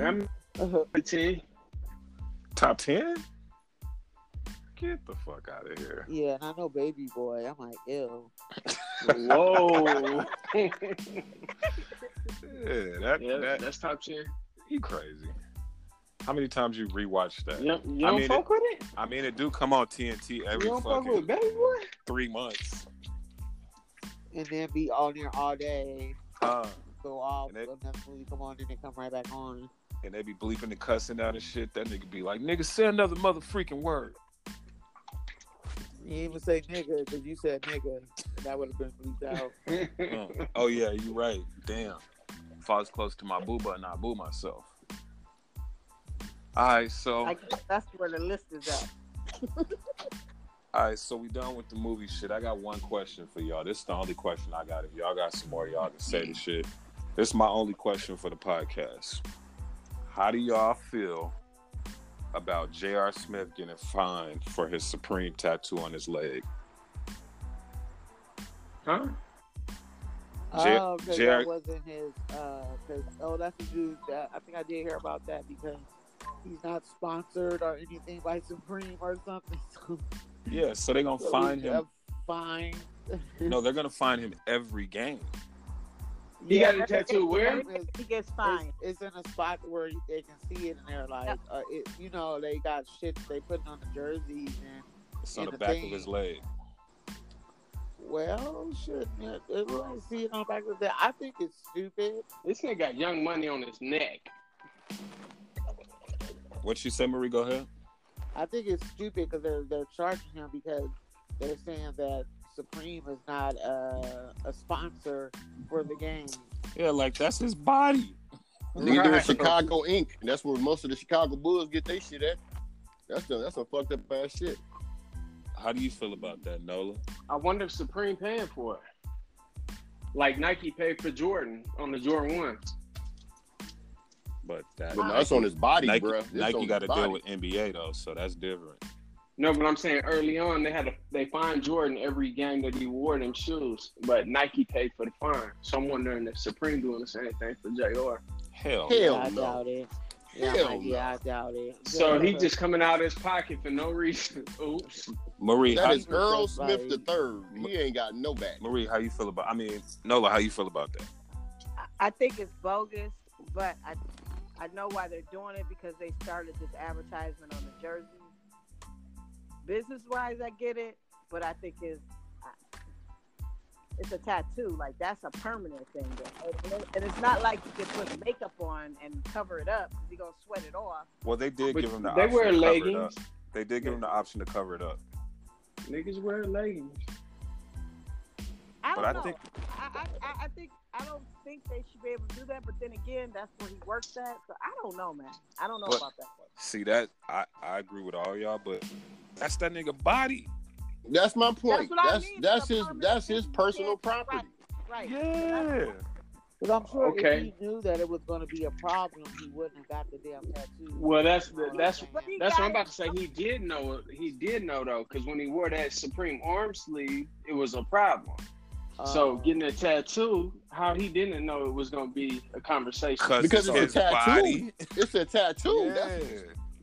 Speaker 2: I'm 15.
Speaker 1: (laughs) Top ten? Get the fuck out of here.
Speaker 4: Yeah, and I know baby boy. I'm like, ew.
Speaker 2: Whoa. (laughs)
Speaker 1: Yeah, that,
Speaker 2: yeah,
Speaker 1: that
Speaker 2: that's top 10.
Speaker 1: you crazy. How many times you rewatch that?
Speaker 2: You don't, you
Speaker 1: I
Speaker 2: don't
Speaker 1: mean,
Speaker 2: fuck with it?
Speaker 1: I mean, it do come on TNT
Speaker 2: You
Speaker 1: every
Speaker 2: don't fuck
Speaker 1: fucking
Speaker 2: with Baby Boy? (laughs)
Speaker 1: three months.
Speaker 4: And then be on there all day,
Speaker 1: Uh,
Speaker 4: go off,
Speaker 1: And it-
Speaker 4: go next movie, come on, and then come right back on.
Speaker 1: and they be bleeping and cussing out and shit. That nigga be like, nigga, say another mother freaking word.
Speaker 4: You didn't even say nigga because you said nigga. and That would have been bleeped
Speaker 1: (laughs)
Speaker 4: out.
Speaker 1: Uh, oh yeah, you right. Damn. If I was close to my booba and I boo myself. Alright, so
Speaker 5: I guess that's where the list is at.
Speaker 1: alright, so we done with the movie shit. I got one question for y'all. This is the only question I got. If y'all got some more, y'all can say the shit. This is my only question for the podcast. How do y'all feel about J.R. Smith getting fined for his Supreme tattoo on his leg?
Speaker 2: Huh?
Speaker 1: Jer-
Speaker 4: Oh, because
Speaker 1: Jer-
Speaker 4: that wasn't his. uh 'cause oh, that's the dude that I think I did hear about that because he's not sponsored or anything by Supreme or something. (laughs) So
Speaker 1: Yeah, so they're gonna find him.
Speaker 4: Fine.
Speaker 1: No, they're gonna find him every game.
Speaker 2: He got a tattoo where?
Speaker 5: Every- (laughs) He gets
Speaker 4: It's,
Speaker 5: fined.
Speaker 4: it's in a spot where you- they can see it, and they're like, uh, it, you know, they got shit they putting on the jerseys, and
Speaker 1: It's on
Speaker 4: And
Speaker 1: the
Speaker 4: the
Speaker 1: back of
Speaker 4: thing-
Speaker 1: his leg.
Speaker 4: well, shit, it, it really see it on the back of that. I think it's stupid.
Speaker 2: This nigga got young money on his neck.
Speaker 1: What you say, Marie? Go ahead.
Speaker 4: I think it's stupid because they're they're charging him because they're saying that Supreme is not a, a sponsor for the game.
Speaker 1: Yeah, like that's his body.
Speaker 3: Neither
Speaker 2: Right.
Speaker 3: is (laughs) Chicago Inc. And that's where most of the Chicago Bulls get their shit at. That's the, that's some fucked up ass shit.
Speaker 1: How do you feel about that, Nola?
Speaker 2: I wonder if Supreme paying for it. Like Nike paid for Jordan on the Jordan ones.
Speaker 1: But that
Speaker 3: But that's on his body,
Speaker 1: Nike,
Speaker 3: bruh. It's on
Speaker 1: Nike
Speaker 3: his
Speaker 1: got to
Speaker 3: body.
Speaker 1: deal with NBA though, so that's different.
Speaker 2: No, but I'm saying early on they had a, they fined Jordan every game that he wore them shoes, but Nike paid for the fine. So I'm wondering if Supreme doing the same thing for Jr.
Speaker 1: Hell,
Speaker 3: Hell
Speaker 4: yeah, I
Speaker 3: no.
Speaker 4: doubt it. Yeah,
Speaker 3: Hell
Speaker 4: I'm like, yeah, I doubt it.
Speaker 2: So
Speaker 4: Yeah,
Speaker 2: he
Speaker 4: but-
Speaker 2: just coming out of his pocket for no reason. (laughs) Oops.
Speaker 1: Marie, how,
Speaker 3: That is
Speaker 4: Even
Speaker 3: Earl
Speaker 4: his
Speaker 3: Smith
Speaker 4: body.
Speaker 3: the third. He ain't got no back.
Speaker 1: Marie, how you feel about? I mean, Nola, how you feel about that?
Speaker 5: I- I think it's bogus, but I I know why they're doing it because they started this advertisement on the jersey. Business wise, I get it, but I think it's I- it's a tattoo. Like that's a permanent thing, And- and- and it's not like you can put makeup on and cover it up because you're gonna sweat it off.
Speaker 1: Well, they did
Speaker 2: But
Speaker 1: give him the
Speaker 2: they
Speaker 1: option
Speaker 2: wear
Speaker 1: to cover it up.
Speaker 2: leggings.
Speaker 1: They did give him the option to cover it up.
Speaker 2: Niggas wear leggings.
Speaker 5: I
Speaker 1: But
Speaker 5: don't
Speaker 1: I
Speaker 5: know.
Speaker 1: think-
Speaker 5: I, I- I, I think I don't think they should be able to do that. But then again, that's where he works at. So I don't know, man. I don't know
Speaker 1: But-
Speaker 5: about that.
Speaker 1: See that? I I agree with all y'all, but that's that nigga body.
Speaker 3: That's my point.
Speaker 5: what I
Speaker 3: That's
Speaker 5: mean,
Speaker 3: that's,
Speaker 5: the
Speaker 3: his
Speaker 5: apartment
Speaker 3: that's his
Speaker 5: building
Speaker 3: personal
Speaker 5: can't- right.
Speaker 3: property.
Speaker 5: Right.
Speaker 1: Yeah.
Speaker 4: Because I'm sure
Speaker 2: Okay.
Speaker 4: if he knew that it was going to be a problem, he wouldn't have got the damn tattoo.
Speaker 2: Well, that's the,
Speaker 4: You know what I'm
Speaker 2: that's
Speaker 4: saying?
Speaker 5: But he
Speaker 2: That's what
Speaker 5: got
Speaker 2: I'm about
Speaker 5: it.
Speaker 2: to say. He did know. He did know though, because when he wore that Supreme arm sleeve, it was a problem. so
Speaker 4: Uh,
Speaker 2: getting a tattoo, how he didn't know it was gonna be a conversation.
Speaker 1: Cause
Speaker 3: Because it's a
Speaker 1: his
Speaker 3: tattoo.
Speaker 1: body.
Speaker 3: It's a tattoo. That's,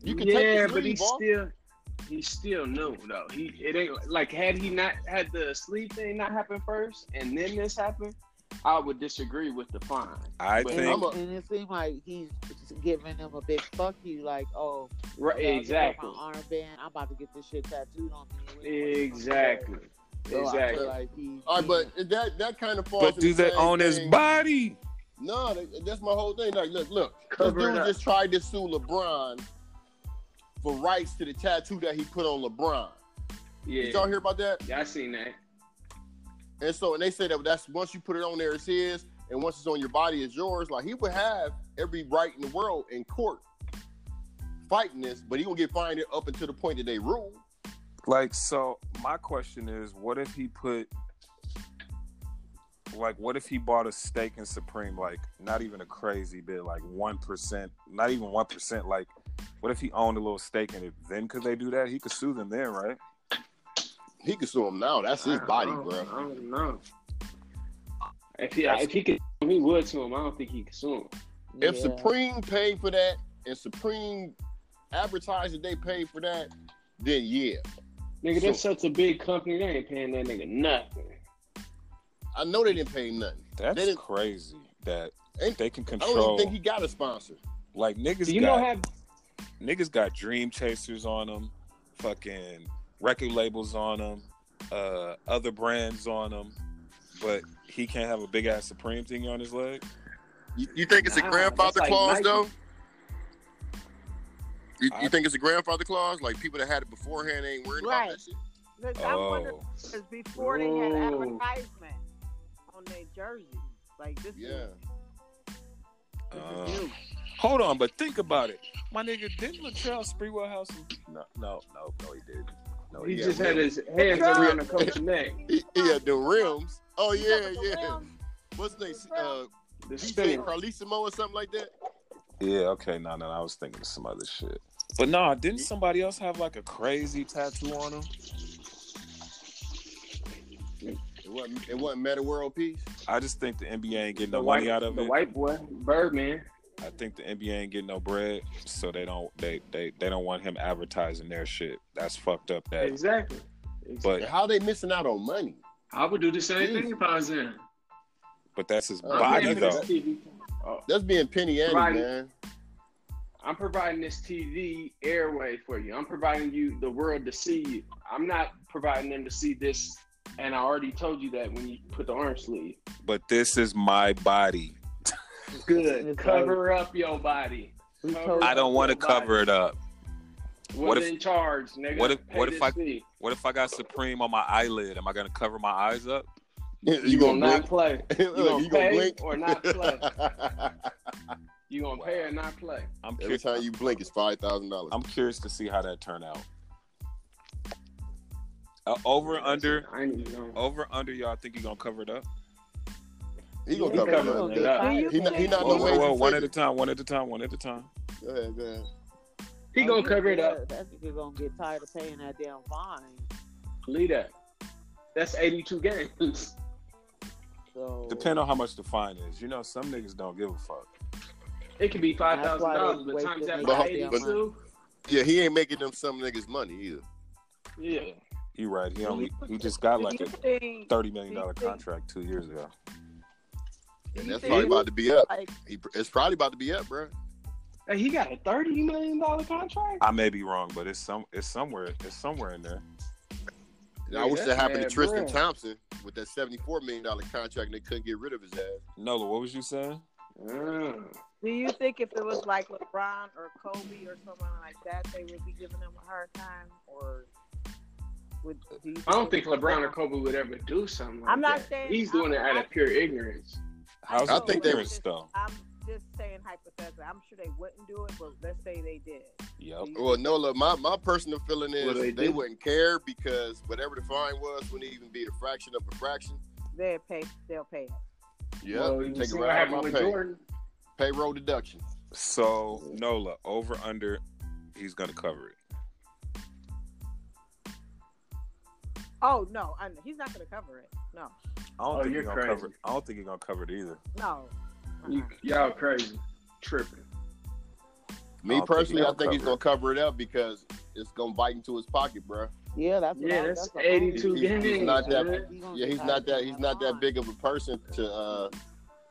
Speaker 3: you can
Speaker 2: yeah,
Speaker 3: take the
Speaker 2: but he
Speaker 3: sleeve off.
Speaker 2: still he still knew though. He it ain't like had he not had the sleeve thing not happen first, and then this happened, I would disagree with the fine.
Speaker 1: I
Speaker 2: But
Speaker 1: think
Speaker 3: I'm a-
Speaker 4: and it seemed like he's just giving him a big fuck you, like, oh,
Speaker 2: Right?
Speaker 4: yeah, I just got
Speaker 2: Exactly.
Speaker 4: My armband. I'm about to get this shit tattooed on me.
Speaker 2: Exactly.
Speaker 4: So I
Speaker 2: Exactly.
Speaker 4: feel like he,
Speaker 3: All right, but that that kind of falls.
Speaker 1: but
Speaker 3: in
Speaker 1: do
Speaker 3: the
Speaker 1: that
Speaker 3: same
Speaker 1: on his
Speaker 3: thing.
Speaker 1: body.
Speaker 3: No, that- that's my whole thing. Like, look, look. This
Speaker 2: Cover it
Speaker 3: dude
Speaker 2: up.
Speaker 3: just tried to sue LeBron for rights to the tattoo that he put on LeBron. Did y'all
Speaker 2: Yeah.
Speaker 3: hear about that?
Speaker 2: Yeah, I seen that.
Speaker 3: And so, and they say that that's once you put it on there, it's his, and once it's on your body, it's yours. Like he would have every right in the world in court fighting this, but he gonna get fined up until the point that they rule.
Speaker 1: Like, so my question is, what if he put, like, what if he bought a stake in Supreme, like, not even a crazy bit, like one percent, not even one percent, like, what if he owned a little stake in it? Then could they do that? He could sue them then, right?
Speaker 3: He can sue him now. That's his
Speaker 2: I don't
Speaker 3: body,
Speaker 2: know.
Speaker 3: bro.
Speaker 2: I don't know. If he
Speaker 1: That's-
Speaker 2: if he could he would sue him, I don't think he could sue him.
Speaker 3: If
Speaker 4: yeah.
Speaker 3: Supreme paid for that, and Supreme advertised that they paid for that, then yeah,
Speaker 2: Nigga,
Speaker 3: Sue.
Speaker 2: that's such a big company. They ain't paying that nigga nothing.
Speaker 3: I know they didn't pay nothing. They
Speaker 1: That's
Speaker 3: didn't-
Speaker 1: crazy that
Speaker 3: Ain't-
Speaker 1: they can
Speaker 3: I don't even
Speaker 1: control.
Speaker 3: think he got a sponsor.
Speaker 1: like niggas
Speaker 2: Do you
Speaker 1: got
Speaker 2: know how?
Speaker 1: niggas got dream chasers on them, fucking record labels on them, uh, other brands on them, but he can't have a big ass Supreme thing on his leg.
Speaker 3: You, you think it's a
Speaker 2: Nah, that's
Speaker 3: grandfather
Speaker 2: like
Speaker 3: clause
Speaker 2: Nike.
Speaker 3: though? You,
Speaker 1: I-
Speaker 3: you think it's a grandfather clause? Like people that had it beforehand ain't worried
Speaker 5: Right.
Speaker 3: about that shit?
Speaker 5: Look, I wonder
Speaker 1: Oh,
Speaker 5: because before they had
Speaker 2: Whoa.
Speaker 5: advertisement on their jerseys, like this.
Speaker 3: Yeah.
Speaker 5: Is, this
Speaker 1: uh,
Speaker 5: is new.
Speaker 1: hold on, but think about it, my nigga. Didn't Latrell Sprewell have some? No, no, no, no, he did. No,
Speaker 2: He
Speaker 1: Oh, yeah,
Speaker 2: just
Speaker 1: we-
Speaker 2: had his hands
Speaker 5: Because-
Speaker 2: around the coach's neck.
Speaker 3: He, he had the rims. Oh
Speaker 5: He got
Speaker 3: yeah,
Speaker 5: the
Speaker 3: yeah.
Speaker 5: rims.
Speaker 3: What's the name?
Speaker 5: The
Speaker 3: Uh,
Speaker 5: rims.
Speaker 2: The
Speaker 3: DJ
Speaker 2: spinner.
Speaker 3: Carlissimo or something like that.
Speaker 1: Yeah, okay, no, no, no, I was thinking of some other shit. But nah, didn't somebody else have like a crazy tattoo on him?
Speaker 3: It wasn't. It wasn't Meta World Peace.
Speaker 1: I just think the NBA ain't getting
Speaker 2: The
Speaker 1: no
Speaker 2: white,
Speaker 1: money out of
Speaker 2: the
Speaker 1: it.
Speaker 2: white boy, Birdman.
Speaker 1: I think the NBA ain't getting no bread, so they don't they they, they don't want him advertising their shit. That's fucked up. That
Speaker 2: Exactly.
Speaker 1: but
Speaker 3: How they missing out on money?
Speaker 2: I would do the same
Speaker 3: Jesus.
Speaker 2: thing if I was in.
Speaker 1: but that's his
Speaker 3: Uh,
Speaker 1: body
Speaker 2: I'm
Speaker 3: yeah,
Speaker 1: though.
Speaker 2: providing this TV. Oh,
Speaker 3: That's being penny ante,
Speaker 2: Right.
Speaker 3: man. (laughs)
Speaker 2: I'm providing this TV airway for you. I'm providing you the world to see you. I'm not providing them to see this. And I already told you that when you put the arm sleeve.
Speaker 1: But this is my body.
Speaker 2: Good.
Speaker 4: It's
Speaker 2: Cover up your body.
Speaker 4: We
Speaker 2: Cover
Speaker 4: told
Speaker 2: up
Speaker 1: I don't want to
Speaker 2: your body.
Speaker 1: cover it up.
Speaker 2: What's
Speaker 1: What if-
Speaker 2: in charge, nigga?
Speaker 1: what if-
Speaker 2: Pay
Speaker 1: what if
Speaker 2: this
Speaker 1: I-
Speaker 2: fee.
Speaker 1: What if I got Supreme on my eyelid? Am I gonna cover my eyes up?
Speaker 3: You,
Speaker 2: You gonna not
Speaker 3: blink? (laughs)
Speaker 2: play? You
Speaker 3: Look,
Speaker 2: gonna
Speaker 3: you gonna
Speaker 2: pay
Speaker 3: blink?
Speaker 2: or not
Speaker 3: (laughs)
Speaker 2: play? You gonna pay or not play?
Speaker 1: I'm
Speaker 3: Every
Speaker 1: curious.
Speaker 3: time you blink, it's five thousand dollars.
Speaker 1: I'm curious to see how that turn out. Uh, over under Oh.
Speaker 2: I ain't even know.
Speaker 1: over under y'all think you gonna cover it up?
Speaker 3: He gonna
Speaker 4: Yeah,
Speaker 3: cover
Speaker 4: he
Speaker 3: it.
Speaker 4: gonna
Speaker 3: up.
Speaker 4: get
Speaker 2: up.
Speaker 4: fired.
Speaker 3: He not- he not
Speaker 1: Whoa,
Speaker 3: no way.
Speaker 1: whoa, whoa, one at
Speaker 3: figure.
Speaker 1: a time, one at a time, one at a time.
Speaker 3: Go ahead, go ahead.
Speaker 2: He gonna
Speaker 4: Yeah,
Speaker 2: cover it up.
Speaker 4: That nigga gonna get tired of paying that damn fine.
Speaker 2: Lead that. That's 82 games. (laughs)
Speaker 4: So
Speaker 1: Depend on how much the fine is. You know, some niggas don't give a fuck.
Speaker 2: It could be five thousand dollars, but times that by
Speaker 3: But-
Speaker 2: 82,
Speaker 3: Yeah, he ain't making them some niggas money either.
Speaker 2: yeah.
Speaker 1: You right. He only he just got like
Speaker 5: Do
Speaker 1: a
Speaker 5: you think-
Speaker 1: thirty million dollar contract two years ago.
Speaker 5: do
Speaker 3: And
Speaker 5: you
Speaker 3: that's
Speaker 5: think-
Speaker 3: probably about to be up.
Speaker 4: like
Speaker 3: He, it's probably about to be up, bro.
Speaker 2: Hey, he got a 30 million dollar contract.
Speaker 1: I may be wrong, but it's some it's somewhere it's somewhere in there.
Speaker 3: I wish
Speaker 2: that's
Speaker 3: that happened to
Speaker 2: mad
Speaker 3: Tristan
Speaker 2: bread.
Speaker 3: Thompson with that seventy-four million dollar contract, and they couldn't get rid of his ass.
Speaker 1: Nola, what was you saying?
Speaker 2: Mm.
Speaker 5: Do you think if it was like LeBron or Kobe or someone like that, they would be giving him a hard time, or Would do you
Speaker 2: I don't think LeBron or Kobe would ever do something like
Speaker 5: I'm not
Speaker 2: that.
Speaker 5: saying-
Speaker 2: he's doing it out
Speaker 5: I-
Speaker 2: of pure ignorance.
Speaker 1: How's
Speaker 3: I
Speaker 1: the
Speaker 3: think they-
Speaker 1: parents, though?
Speaker 5: I'm just saying hypothetically. I'm sure they wouldn't do it, but let's say they did.
Speaker 1: Yep.
Speaker 3: Well, no, look, my, my personal feeling is
Speaker 2: Well, they
Speaker 3: they,
Speaker 2: do.
Speaker 3: wouldn't care because whatever the fine was wouldn't even be a fraction of a fraction.
Speaker 5: They'll pay. They'll pay. it.
Speaker 3: Yeah,
Speaker 2: well, you
Speaker 3: take
Speaker 2: see
Speaker 3: a
Speaker 2: what
Speaker 3: ride
Speaker 2: happened
Speaker 3: on my
Speaker 2: with
Speaker 3: pay.
Speaker 2: Jordan.
Speaker 3: payroll deduction.
Speaker 1: So Nola over under, he's gonna cover it.
Speaker 5: Oh no, I, he's not going to cover it. No,
Speaker 1: I don't
Speaker 2: Oh,
Speaker 1: think
Speaker 2: you're
Speaker 1: he's gonna
Speaker 2: crazy.
Speaker 1: cover. I don't think he's gonna cover it either.
Speaker 5: no.
Speaker 2: You,
Speaker 5: Uh-uh.
Speaker 2: y'all crazy, tripping.
Speaker 1: I
Speaker 3: Me
Speaker 1: don't think
Speaker 3: personally,
Speaker 1: he'll
Speaker 3: I think he's
Speaker 1: cover
Speaker 3: gonna
Speaker 1: it.
Speaker 3: cover it up because it's gonna bite into his pocket, bruh.
Speaker 4: Yeah, that's what
Speaker 2: Yeah,
Speaker 4: I,
Speaker 2: that's
Speaker 4: what I-
Speaker 2: 82
Speaker 3: He's- he's
Speaker 2: games.
Speaker 3: not that-
Speaker 2: man.
Speaker 4: He gonna
Speaker 3: Yeah,
Speaker 4: get
Speaker 3: he's
Speaker 4: tired
Speaker 3: not
Speaker 4: of
Speaker 3: that
Speaker 4: being
Speaker 3: he's not that
Speaker 4: on.
Speaker 3: big of a person to uh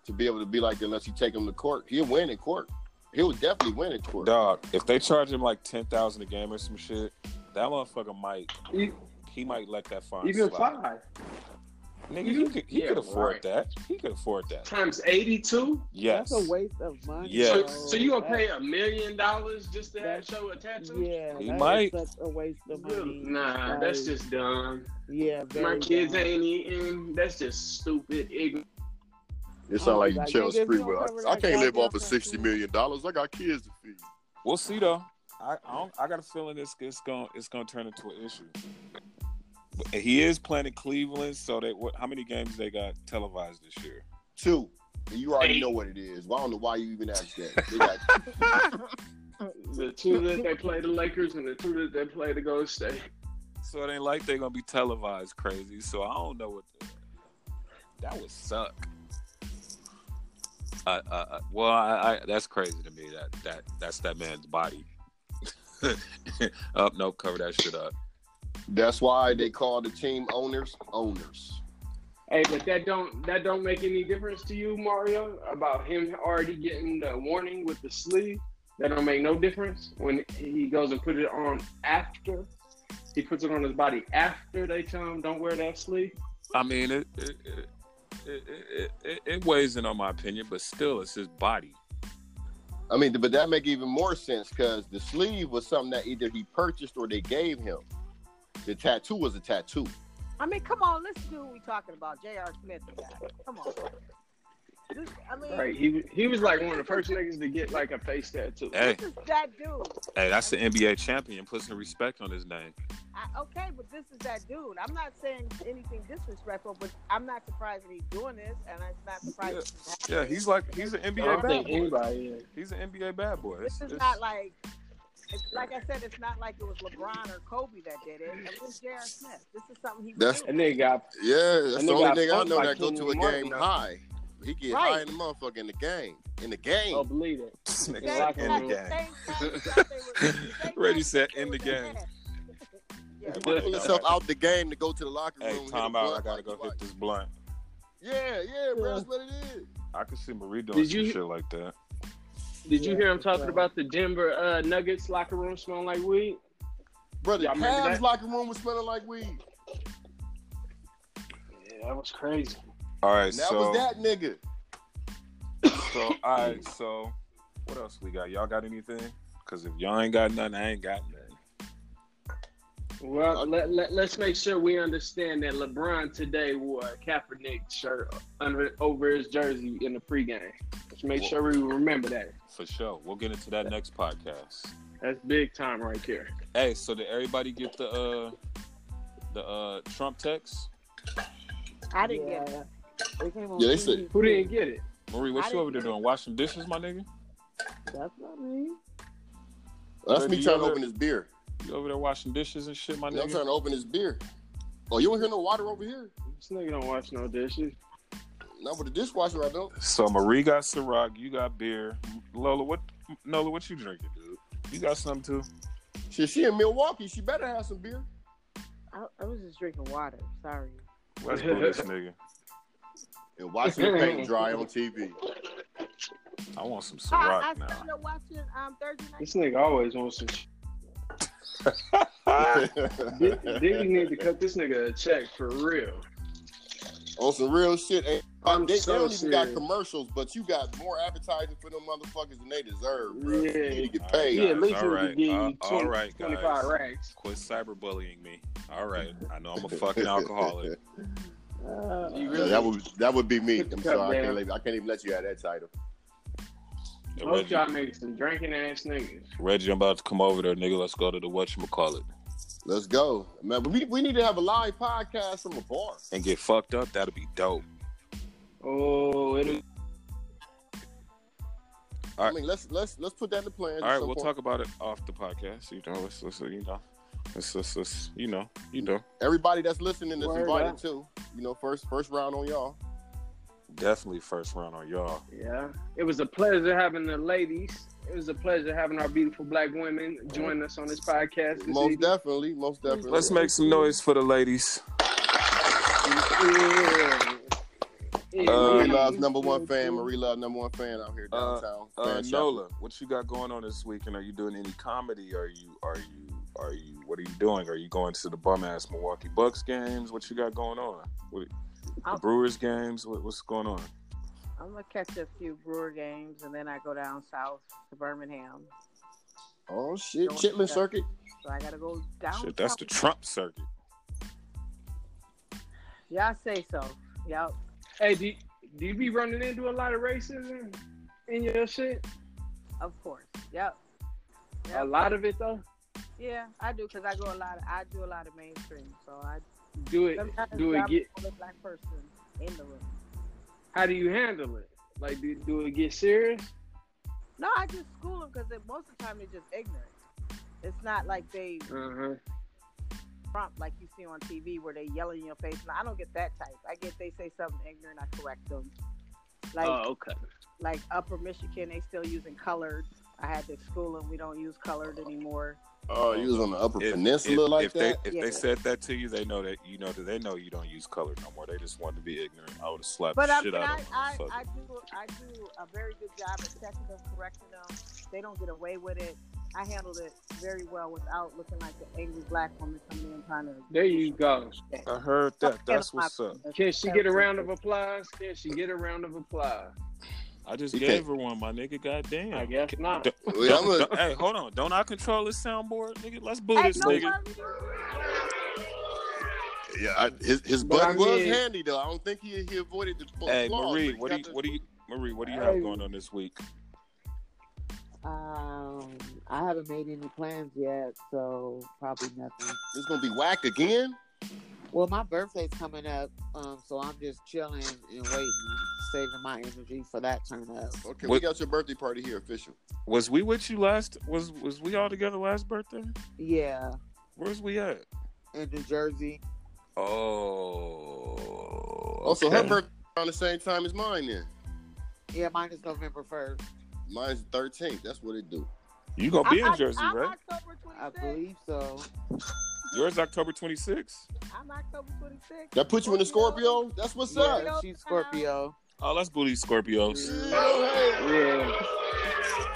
Speaker 3: to be able to be like that unless you take him to court. He'll win in court. He'll definitely win in court.
Speaker 1: Dog, if they charge him like ten thousand a game or some shit, that motherfucker might.
Speaker 2: E-
Speaker 1: He might let that fine
Speaker 2: Even
Speaker 1: slide.
Speaker 2: five
Speaker 1: Nigga, he could, he
Speaker 2: Yeah,
Speaker 1: could afford
Speaker 2: right.
Speaker 1: that. He could afford that.
Speaker 2: times 82.
Speaker 1: Yes.
Speaker 4: That's a waste of money.
Speaker 1: Yes.
Speaker 2: So,
Speaker 4: bro.
Speaker 2: so you gonna
Speaker 4: That-
Speaker 2: pay a million dollars just to have
Speaker 4: Oh, That's-
Speaker 2: show a tattoo?
Speaker 4: Yeah,
Speaker 1: He
Speaker 4: that is
Speaker 1: might.
Speaker 4: such a waste of money.
Speaker 2: Nah,
Speaker 4: Like,
Speaker 2: that's just dumb.
Speaker 4: yeah.
Speaker 2: My
Speaker 4: very
Speaker 2: kids
Speaker 4: dumb.
Speaker 2: ain't eating. That's just stupid. Ignorant.
Speaker 3: It
Speaker 4: sound like you Like, tell nigga, us if free you don't will. I- cover I that can't live goddamn off of tattoo- $60
Speaker 3: million dollars. I got kids to feed.
Speaker 1: We'll see though. I I, don't, I got a feeling it's it's going it's going to turn into an issue. But he is playing in Cleveland, so they what? How many games they got televised this year?
Speaker 3: Two. And you already
Speaker 2: Eight.
Speaker 3: know what it is. Well, I don't know why you even asked that. They got (laughs)
Speaker 2: The two that they play the Lakers and the two that they play the Golden State.
Speaker 1: So it ain't like they're gonna be televised crazy. So I don't know what the, that would suck. Uh, uh, uh, well, I, I, that's crazy to me. That that that's that man's body. (laughs) up, no, cover that shit up.
Speaker 3: That's why they call the team owners owners.
Speaker 2: Hey, but that don't that don't make any difference to you, Mario, about him already getting the warning with the sleeve. That don't make no difference when he goes and put it on after. He puts it on his body after they tell him don't wear that sleeve.
Speaker 1: I mean, it it, it, it, it, it it weighs in on my opinion, but still, it's his body.
Speaker 3: I mean, but that make even more sense because the sleeve was something that either he purchased or they gave him. The tattoo was a tattoo.
Speaker 5: I mean, come on, listen to who we talking about. J.R. Smith, the guy. Come on. This, I mean,
Speaker 2: Right. He he was like one of the first niggas to get like a face tattoo.
Speaker 1: Hey,
Speaker 5: this is that dude.
Speaker 1: hey, that's the NBA champion. Put some respect on his name.
Speaker 5: I, okay, but this is that dude. I'm not saying anything disrespectful, but I'm not surprised that he's doing this, and I'm not surprised. that this is
Speaker 1: Yeah,
Speaker 5: happening.
Speaker 1: he's like he's an
Speaker 2: I
Speaker 1: NBA
Speaker 2: don't
Speaker 1: bad
Speaker 2: think
Speaker 1: boy.
Speaker 2: anybody. is.
Speaker 1: He's an NBA bad boy.
Speaker 5: This
Speaker 1: It's-
Speaker 5: is
Speaker 1: it's-
Speaker 5: not like, it's, like I said, it's not like it was LeBron or Kobe that did it. It was J.R. Smith. This is something he
Speaker 3: That's-
Speaker 5: was
Speaker 2: And
Speaker 5: doing.
Speaker 2: they got
Speaker 3: Yeah, that's
Speaker 2: And
Speaker 3: the
Speaker 2: they
Speaker 3: only
Speaker 2: got
Speaker 3: nigga I
Speaker 2: fucked
Speaker 3: know
Speaker 2: by
Speaker 3: that go to a
Speaker 2: Kenyon Martin,
Speaker 3: game
Speaker 2: though.
Speaker 3: high. He get
Speaker 5: Right.
Speaker 3: high in the motherfucker in the game. In the game.
Speaker 2: oh believe it.
Speaker 1: this
Speaker 5: Same
Speaker 1: nigga
Speaker 2: They
Speaker 1: said
Speaker 2: like
Speaker 5: type-
Speaker 1: in
Speaker 2: him.
Speaker 1: the game.
Speaker 5: same type stuff they were- same
Speaker 1: (laughs) Ready,
Speaker 5: type
Speaker 1: set,
Speaker 5: they
Speaker 1: in
Speaker 5: was
Speaker 1: the game.
Speaker 5: that. (laughs) yeah.
Speaker 3: You pull yourself out the game to go to the locker room.
Speaker 1: Hey,
Speaker 3: hit a
Speaker 1: time
Speaker 3: blunt
Speaker 1: out. I gotta
Speaker 3: like
Speaker 1: go
Speaker 3: you
Speaker 1: hit
Speaker 3: like.
Speaker 1: this blunt.
Speaker 3: Yeah, yeah, bro. That's what it is.
Speaker 1: I could see Marie doing
Speaker 2: Did
Speaker 1: some
Speaker 2: you-
Speaker 1: shit like that.
Speaker 2: Did you
Speaker 4: Yeah,
Speaker 2: hear him
Speaker 4: for
Speaker 2: talking
Speaker 4: sure.
Speaker 2: about the Denver uh, Nuggets locker room smelling like weed?
Speaker 3: Brother,
Speaker 2: Y'all remember
Speaker 3: Cavs
Speaker 2: that?
Speaker 3: locker room was smelling like weed.
Speaker 2: Yeah, that was crazy.
Speaker 1: All right,
Speaker 3: And that
Speaker 1: so
Speaker 3: was that nigga. (laughs)
Speaker 1: so all right, so what else we got? Y'all got anything? Because if y'all ain't got nothing, I ain't got nothing.
Speaker 2: Well, let, let, let's make sure we understand that LeBron today wore a Kaepernick shirt under over his jersey in the pregame. Let's make sure we remember that.
Speaker 1: For sure, we'll get into that next podcast.
Speaker 2: That's big time right there.
Speaker 1: Hey, so did everybody get the uh the uh Trump text?
Speaker 5: I didn't get it.
Speaker 4: They came on
Speaker 3: Yeah, they
Speaker 4: TV.
Speaker 3: said-
Speaker 2: Who didn't get it?
Speaker 1: Marie,
Speaker 5: I
Speaker 1: what you
Speaker 5: didn't
Speaker 1: over there
Speaker 5: get it.
Speaker 1: doing? Washing dishes, my nigga?
Speaker 4: That's not me.
Speaker 3: That's
Speaker 1: Brother,
Speaker 3: me
Speaker 1: you
Speaker 3: trying to
Speaker 1: ever-
Speaker 3: open this beer.
Speaker 1: You over there washing dishes and shit, my
Speaker 3: I'm trying
Speaker 1: nigga?
Speaker 3: to open this beer. Oh, you don't hear no water over here?
Speaker 2: This nigga don't watch no dishes.
Speaker 3: Not with the dishwasher, I don't.
Speaker 1: So Marie got Ciroc, you got beer. Lola, what Nola, what you drinking, dude? You got something too?
Speaker 3: Shit, she in Milwaukee. She better have some beer.
Speaker 5: I, I was just drinking water. Sorry.
Speaker 1: Let's do (laughs) this nigga.
Speaker 3: And watching
Speaker 2: (laughs)
Speaker 3: the paint dry on TV.
Speaker 1: I want some
Speaker 5: I, I
Speaker 1: Ciroc now.
Speaker 5: started watching um, Thursday night.
Speaker 2: This nigga always wants some. Sh- Ah,
Speaker 3: (laughs)
Speaker 1: (laughs)
Speaker 2: Diddy need to cut this nigga a check for real.
Speaker 3: on some real shit. Ain't Um,
Speaker 2: I'm
Speaker 3: they,
Speaker 2: so
Speaker 3: they don't even got
Speaker 2: serious.
Speaker 3: commercials, but you got more advertising for them motherfuckers than they deserve, bro.
Speaker 2: Yeah.
Speaker 3: You need to get
Speaker 1: All
Speaker 3: paid.
Speaker 1: right,
Speaker 2: Yeah, at least
Speaker 1: All
Speaker 2: we
Speaker 1: right.
Speaker 2: can give you
Speaker 1: Uh,
Speaker 2: 20,
Speaker 1: all right, guys.
Speaker 2: 25 racks.
Speaker 1: Quit cyberbullying me. All right. I know I'm a fucking (laughs) alcoholic.
Speaker 4: Uh,
Speaker 2: You
Speaker 3: Yeah,
Speaker 2: really-
Speaker 3: that would that would be me.
Speaker 2: Put the
Speaker 3: I'm
Speaker 2: cup
Speaker 3: sorry, I
Speaker 2: down.
Speaker 3: can't, let- I can't even let you have that title.
Speaker 2: I
Speaker 1: Hey,
Speaker 2: hope
Speaker 1: Reggie,
Speaker 2: y'all niggas some drinking ass niggas.
Speaker 1: Reggie, I'm about to come over there, nigga. Let's go to the whatchamacallit
Speaker 3: Let's go, man. But we, we need to have a live podcast from a bar.
Speaker 1: and get fucked up. That'll be dope.
Speaker 2: Oh, it'll
Speaker 1: All right.
Speaker 3: I mean, let's let's let's put that in the plans.
Speaker 1: All right,
Speaker 3: at some
Speaker 1: we'll
Speaker 3: point.
Speaker 1: talk about it off the podcast. You know, let's, let's you know, let's, let's, let's you know, you know,
Speaker 3: Everybody that's listening is
Speaker 2: Word
Speaker 3: invited
Speaker 2: up.
Speaker 3: too. You know, first first round on y'all.
Speaker 1: definitely first round on y'all.
Speaker 2: Yeah, it was a pleasure having the ladies. It was a pleasure having our beautiful black women join us on this podcast. This
Speaker 3: Most
Speaker 2: evening.
Speaker 3: definitely, most definitely.
Speaker 1: Let's make some noise for the ladies.
Speaker 2: Yeah. Yeah.
Speaker 1: Uh,
Speaker 3: Marie Love's number one fan. Marie Love number one fan out here
Speaker 1: Uh,
Speaker 3: downtown.
Speaker 1: Uh,
Speaker 3: Fan shop.
Speaker 1: Nola, what you got going on this weekend? Are you doing any comedy? Are you are you are you what are you doing? Are you going to the bum ass Milwaukee Bucks games? What you got going on? What, the
Speaker 5: I'm-
Speaker 1: Brewers games? What, what's going on?
Speaker 5: I'm gonna catch a few Brewer games and then I go down south to Birmingham.
Speaker 3: Oh shit,
Speaker 5: Don't
Speaker 3: Chitlin
Speaker 5: do that.
Speaker 3: Circuit.
Speaker 5: So I gotta go down.
Speaker 1: Shit, that's
Speaker 5: south.
Speaker 1: the Trump circuit.
Speaker 5: Y'all say so. Y'all.
Speaker 2: Hey, do, do you be running into a lot of racism in your shit?
Speaker 5: Of course. Yep.
Speaker 2: A
Speaker 5: Yep.
Speaker 2: lot of it though.
Speaker 5: Yeah, I do because I go a lot. Of, I do a lot of mainstream, so I
Speaker 2: Do it.
Speaker 5: sometimes
Speaker 2: Do
Speaker 5: I'm
Speaker 2: it get?
Speaker 5: the only black person in the room.
Speaker 2: How do you handle it? Like, do, do it get serious?
Speaker 5: No, I just school them because most of the time they're just ignorant. It's not like they
Speaker 2: Uh huh.
Speaker 5: prompt like you see on TV where they yell in your face. And I don't get that type. I get they say something ignorant, I correct them. Like
Speaker 2: oh, okay.
Speaker 5: like Upper Michigan, they still using colored. I had to school them. We don't use colored anymore.
Speaker 3: Oh, you was on the Upper
Speaker 1: If-
Speaker 3: Peninsula
Speaker 1: if,
Speaker 3: like
Speaker 1: if
Speaker 3: (laughs) that.
Speaker 1: They, if
Speaker 5: Yeah.
Speaker 1: they said that to you, they know that you know that they know you don't use color no more. They just wanted to be ignorant. I would have slapped
Speaker 5: But
Speaker 1: the
Speaker 5: I
Speaker 1: shit
Speaker 5: mean,
Speaker 1: out
Speaker 5: I,
Speaker 1: of them.
Speaker 5: I,
Speaker 1: Fuck
Speaker 5: I
Speaker 1: it.
Speaker 5: do I do a very good job of checking them, correcting them. They don't get away with it. I handled it very well without looking like an angry black woman coming in trying to.
Speaker 2: There you go.
Speaker 1: I heard that. That's what's up.
Speaker 2: Can she get a round of applause? Can she get a round of applause?
Speaker 1: I just
Speaker 3: You
Speaker 1: gave
Speaker 3: can't-
Speaker 1: her one, my nigga. Goddamn.
Speaker 2: I guess not.
Speaker 1: Don't-
Speaker 3: Wait, I'm gonna-
Speaker 1: don't- hey, hold on. Don't I control this soundboard, nigga? Let's boo
Speaker 5: Hey,
Speaker 1: this
Speaker 5: no
Speaker 1: nigga.
Speaker 3: yeah, I, his his
Speaker 2: But
Speaker 3: button
Speaker 2: I
Speaker 3: was
Speaker 2: mean-
Speaker 3: handy though. I don't think he he avoided the.
Speaker 1: Hey,
Speaker 3: applause,
Speaker 1: Marie,
Speaker 3: but he
Speaker 1: what do
Speaker 3: got
Speaker 1: you
Speaker 3: the-
Speaker 1: what do you Marie, what do you have
Speaker 2: Hey.
Speaker 1: going on this week?
Speaker 4: Um, I haven't made any plans yet, so probably nothing.
Speaker 3: It's gonna be whack again.
Speaker 4: Well, my birthday's coming up, um, so I'm just chilling and waiting, saving my energy for that turn up.
Speaker 3: Okay, we
Speaker 1: What-
Speaker 3: got your birthday party here, official.
Speaker 1: Was we with you last was was we all together last birthday?
Speaker 4: Yeah,
Speaker 1: Where's we at?
Speaker 4: in New Jersey.
Speaker 1: Oh
Speaker 3: Oh, so her
Speaker 1: okay.
Speaker 3: birthday around the same time as mine then.
Speaker 4: Yeah, mine is November first,
Speaker 3: Mine's the 13th. That's what it do.
Speaker 1: you gonna be in Jersey,
Speaker 5: I'm
Speaker 1: right?
Speaker 5: October
Speaker 4: I
Speaker 5: 26th.
Speaker 4: believe so.
Speaker 1: Yours October twenty sixth?
Speaker 5: I'm October 26th.
Speaker 3: That put you in the Scorpio? That's what's up.
Speaker 4: Yeah, she's Scorpio.
Speaker 1: Oh, let's boo these Scorpios.
Speaker 3: Yeah, hey.
Speaker 2: Yeah.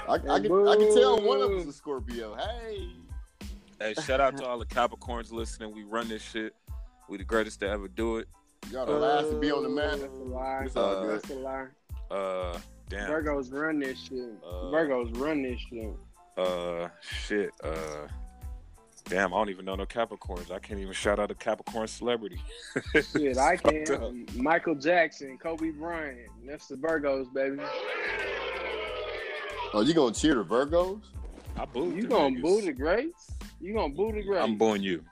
Speaker 3: I, I, can, I can tell one of us a Scorpio. Hey.
Speaker 1: Hey, shout out to all the Capricorns listening. We run this shit. We the greatest to ever do it.
Speaker 3: You gotta
Speaker 2: Uh,
Speaker 3: laugh and be on the
Speaker 2: That's
Speaker 3: man.
Speaker 2: a lie.
Speaker 3: It's all good.
Speaker 2: That's a lie.
Speaker 1: Uh damn.
Speaker 2: Virgos run this shit.
Speaker 1: Uh,
Speaker 2: Virgos run this
Speaker 1: (laughs)
Speaker 2: shit.
Speaker 1: Uh, shit. Uh, damn, I don't even know no Capricorns. I can't even shout out a Capricorn celebrity.
Speaker 2: Shit, I
Speaker 1: Fucked up.
Speaker 2: can. Michael Jackson, Kobe Bryant. That's the Virgos, baby.
Speaker 3: Oh, you gonna cheer the Virgos?
Speaker 1: I booed.
Speaker 2: You
Speaker 1: them
Speaker 2: gonna
Speaker 1: niggas.
Speaker 2: boo the greats? You gonna boo the greats?
Speaker 1: I'm booing you.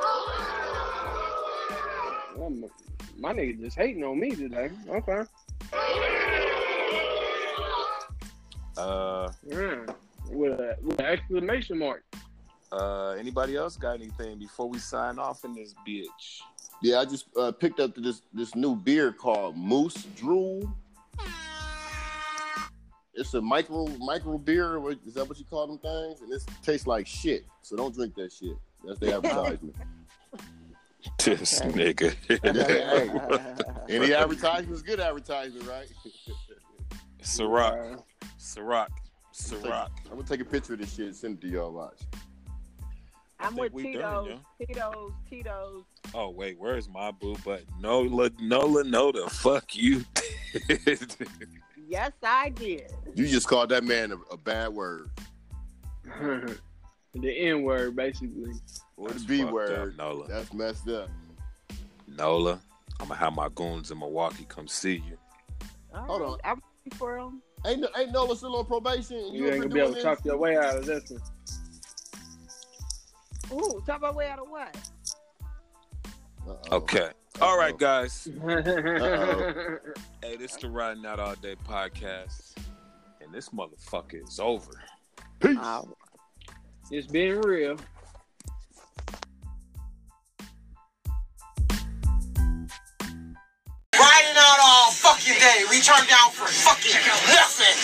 Speaker 2: I'm- my nigga just hating on me today. Okay.
Speaker 1: Uh,
Speaker 2: Yeah. With, a, with an exclamation mark.
Speaker 1: uh, anybody else got anything before we sign off in this bitch?
Speaker 3: Yeah, I just uh, picked up this this new beer called Moose Drool. It's a micro micro beer. What, is that what you call them things? And this tastes like shit. So don't drink that shit. That's the advertisement.
Speaker 1: This (laughs)
Speaker 4: Okay.
Speaker 1: nigga.
Speaker 3: Any advertisement is good advertisement, right? (laughs)
Speaker 1: Ciroc, Ciroc,
Speaker 3: I'm
Speaker 1: Ciroc.
Speaker 3: gonna take a picture of this shit and send it to y'all. Watch.
Speaker 5: I'm
Speaker 1: think
Speaker 5: with
Speaker 1: we
Speaker 5: Tito's,
Speaker 1: done,
Speaker 5: Tito's, Tito's.
Speaker 1: Oh wait, where's my boo? But Nola, Nola, Nola, fuck you. (laughs) did.
Speaker 5: Yes, I did.
Speaker 3: You just called that man a, a bad word.
Speaker 2: Uh, (laughs) the N word, basically.
Speaker 3: Or the
Speaker 1: That's
Speaker 3: B
Speaker 1: fucked
Speaker 3: word.
Speaker 1: up, Nola.
Speaker 3: That's messed up.
Speaker 1: Nola, I'm gonna have my goons in Milwaukee come see you.
Speaker 5: All
Speaker 3: Hold
Speaker 5: right,
Speaker 3: on.
Speaker 5: I'm ready for 'em.
Speaker 3: Ain't no, ain't Nola still on probation? and
Speaker 2: You,
Speaker 3: up
Speaker 2: ain't
Speaker 3: here
Speaker 2: gonna be able to
Speaker 3: doing
Speaker 2: talk
Speaker 3: this?
Speaker 2: your way out of this one.
Speaker 5: Ooh, talk about way out of what?
Speaker 3: Uh-oh.
Speaker 1: Okay. All right,
Speaker 3: Uh-oh.
Speaker 1: guys.
Speaker 2: (laughs)
Speaker 3: Uh-oh.
Speaker 1: Hey, this the Riding Out All Day podcast, and this motherfucker is over.
Speaker 3: Peace.
Speaker 4: Uh,
Speaker 2: it's been real.
Speaker 6: Riding out all fucking day. We turned down for fucking nothing.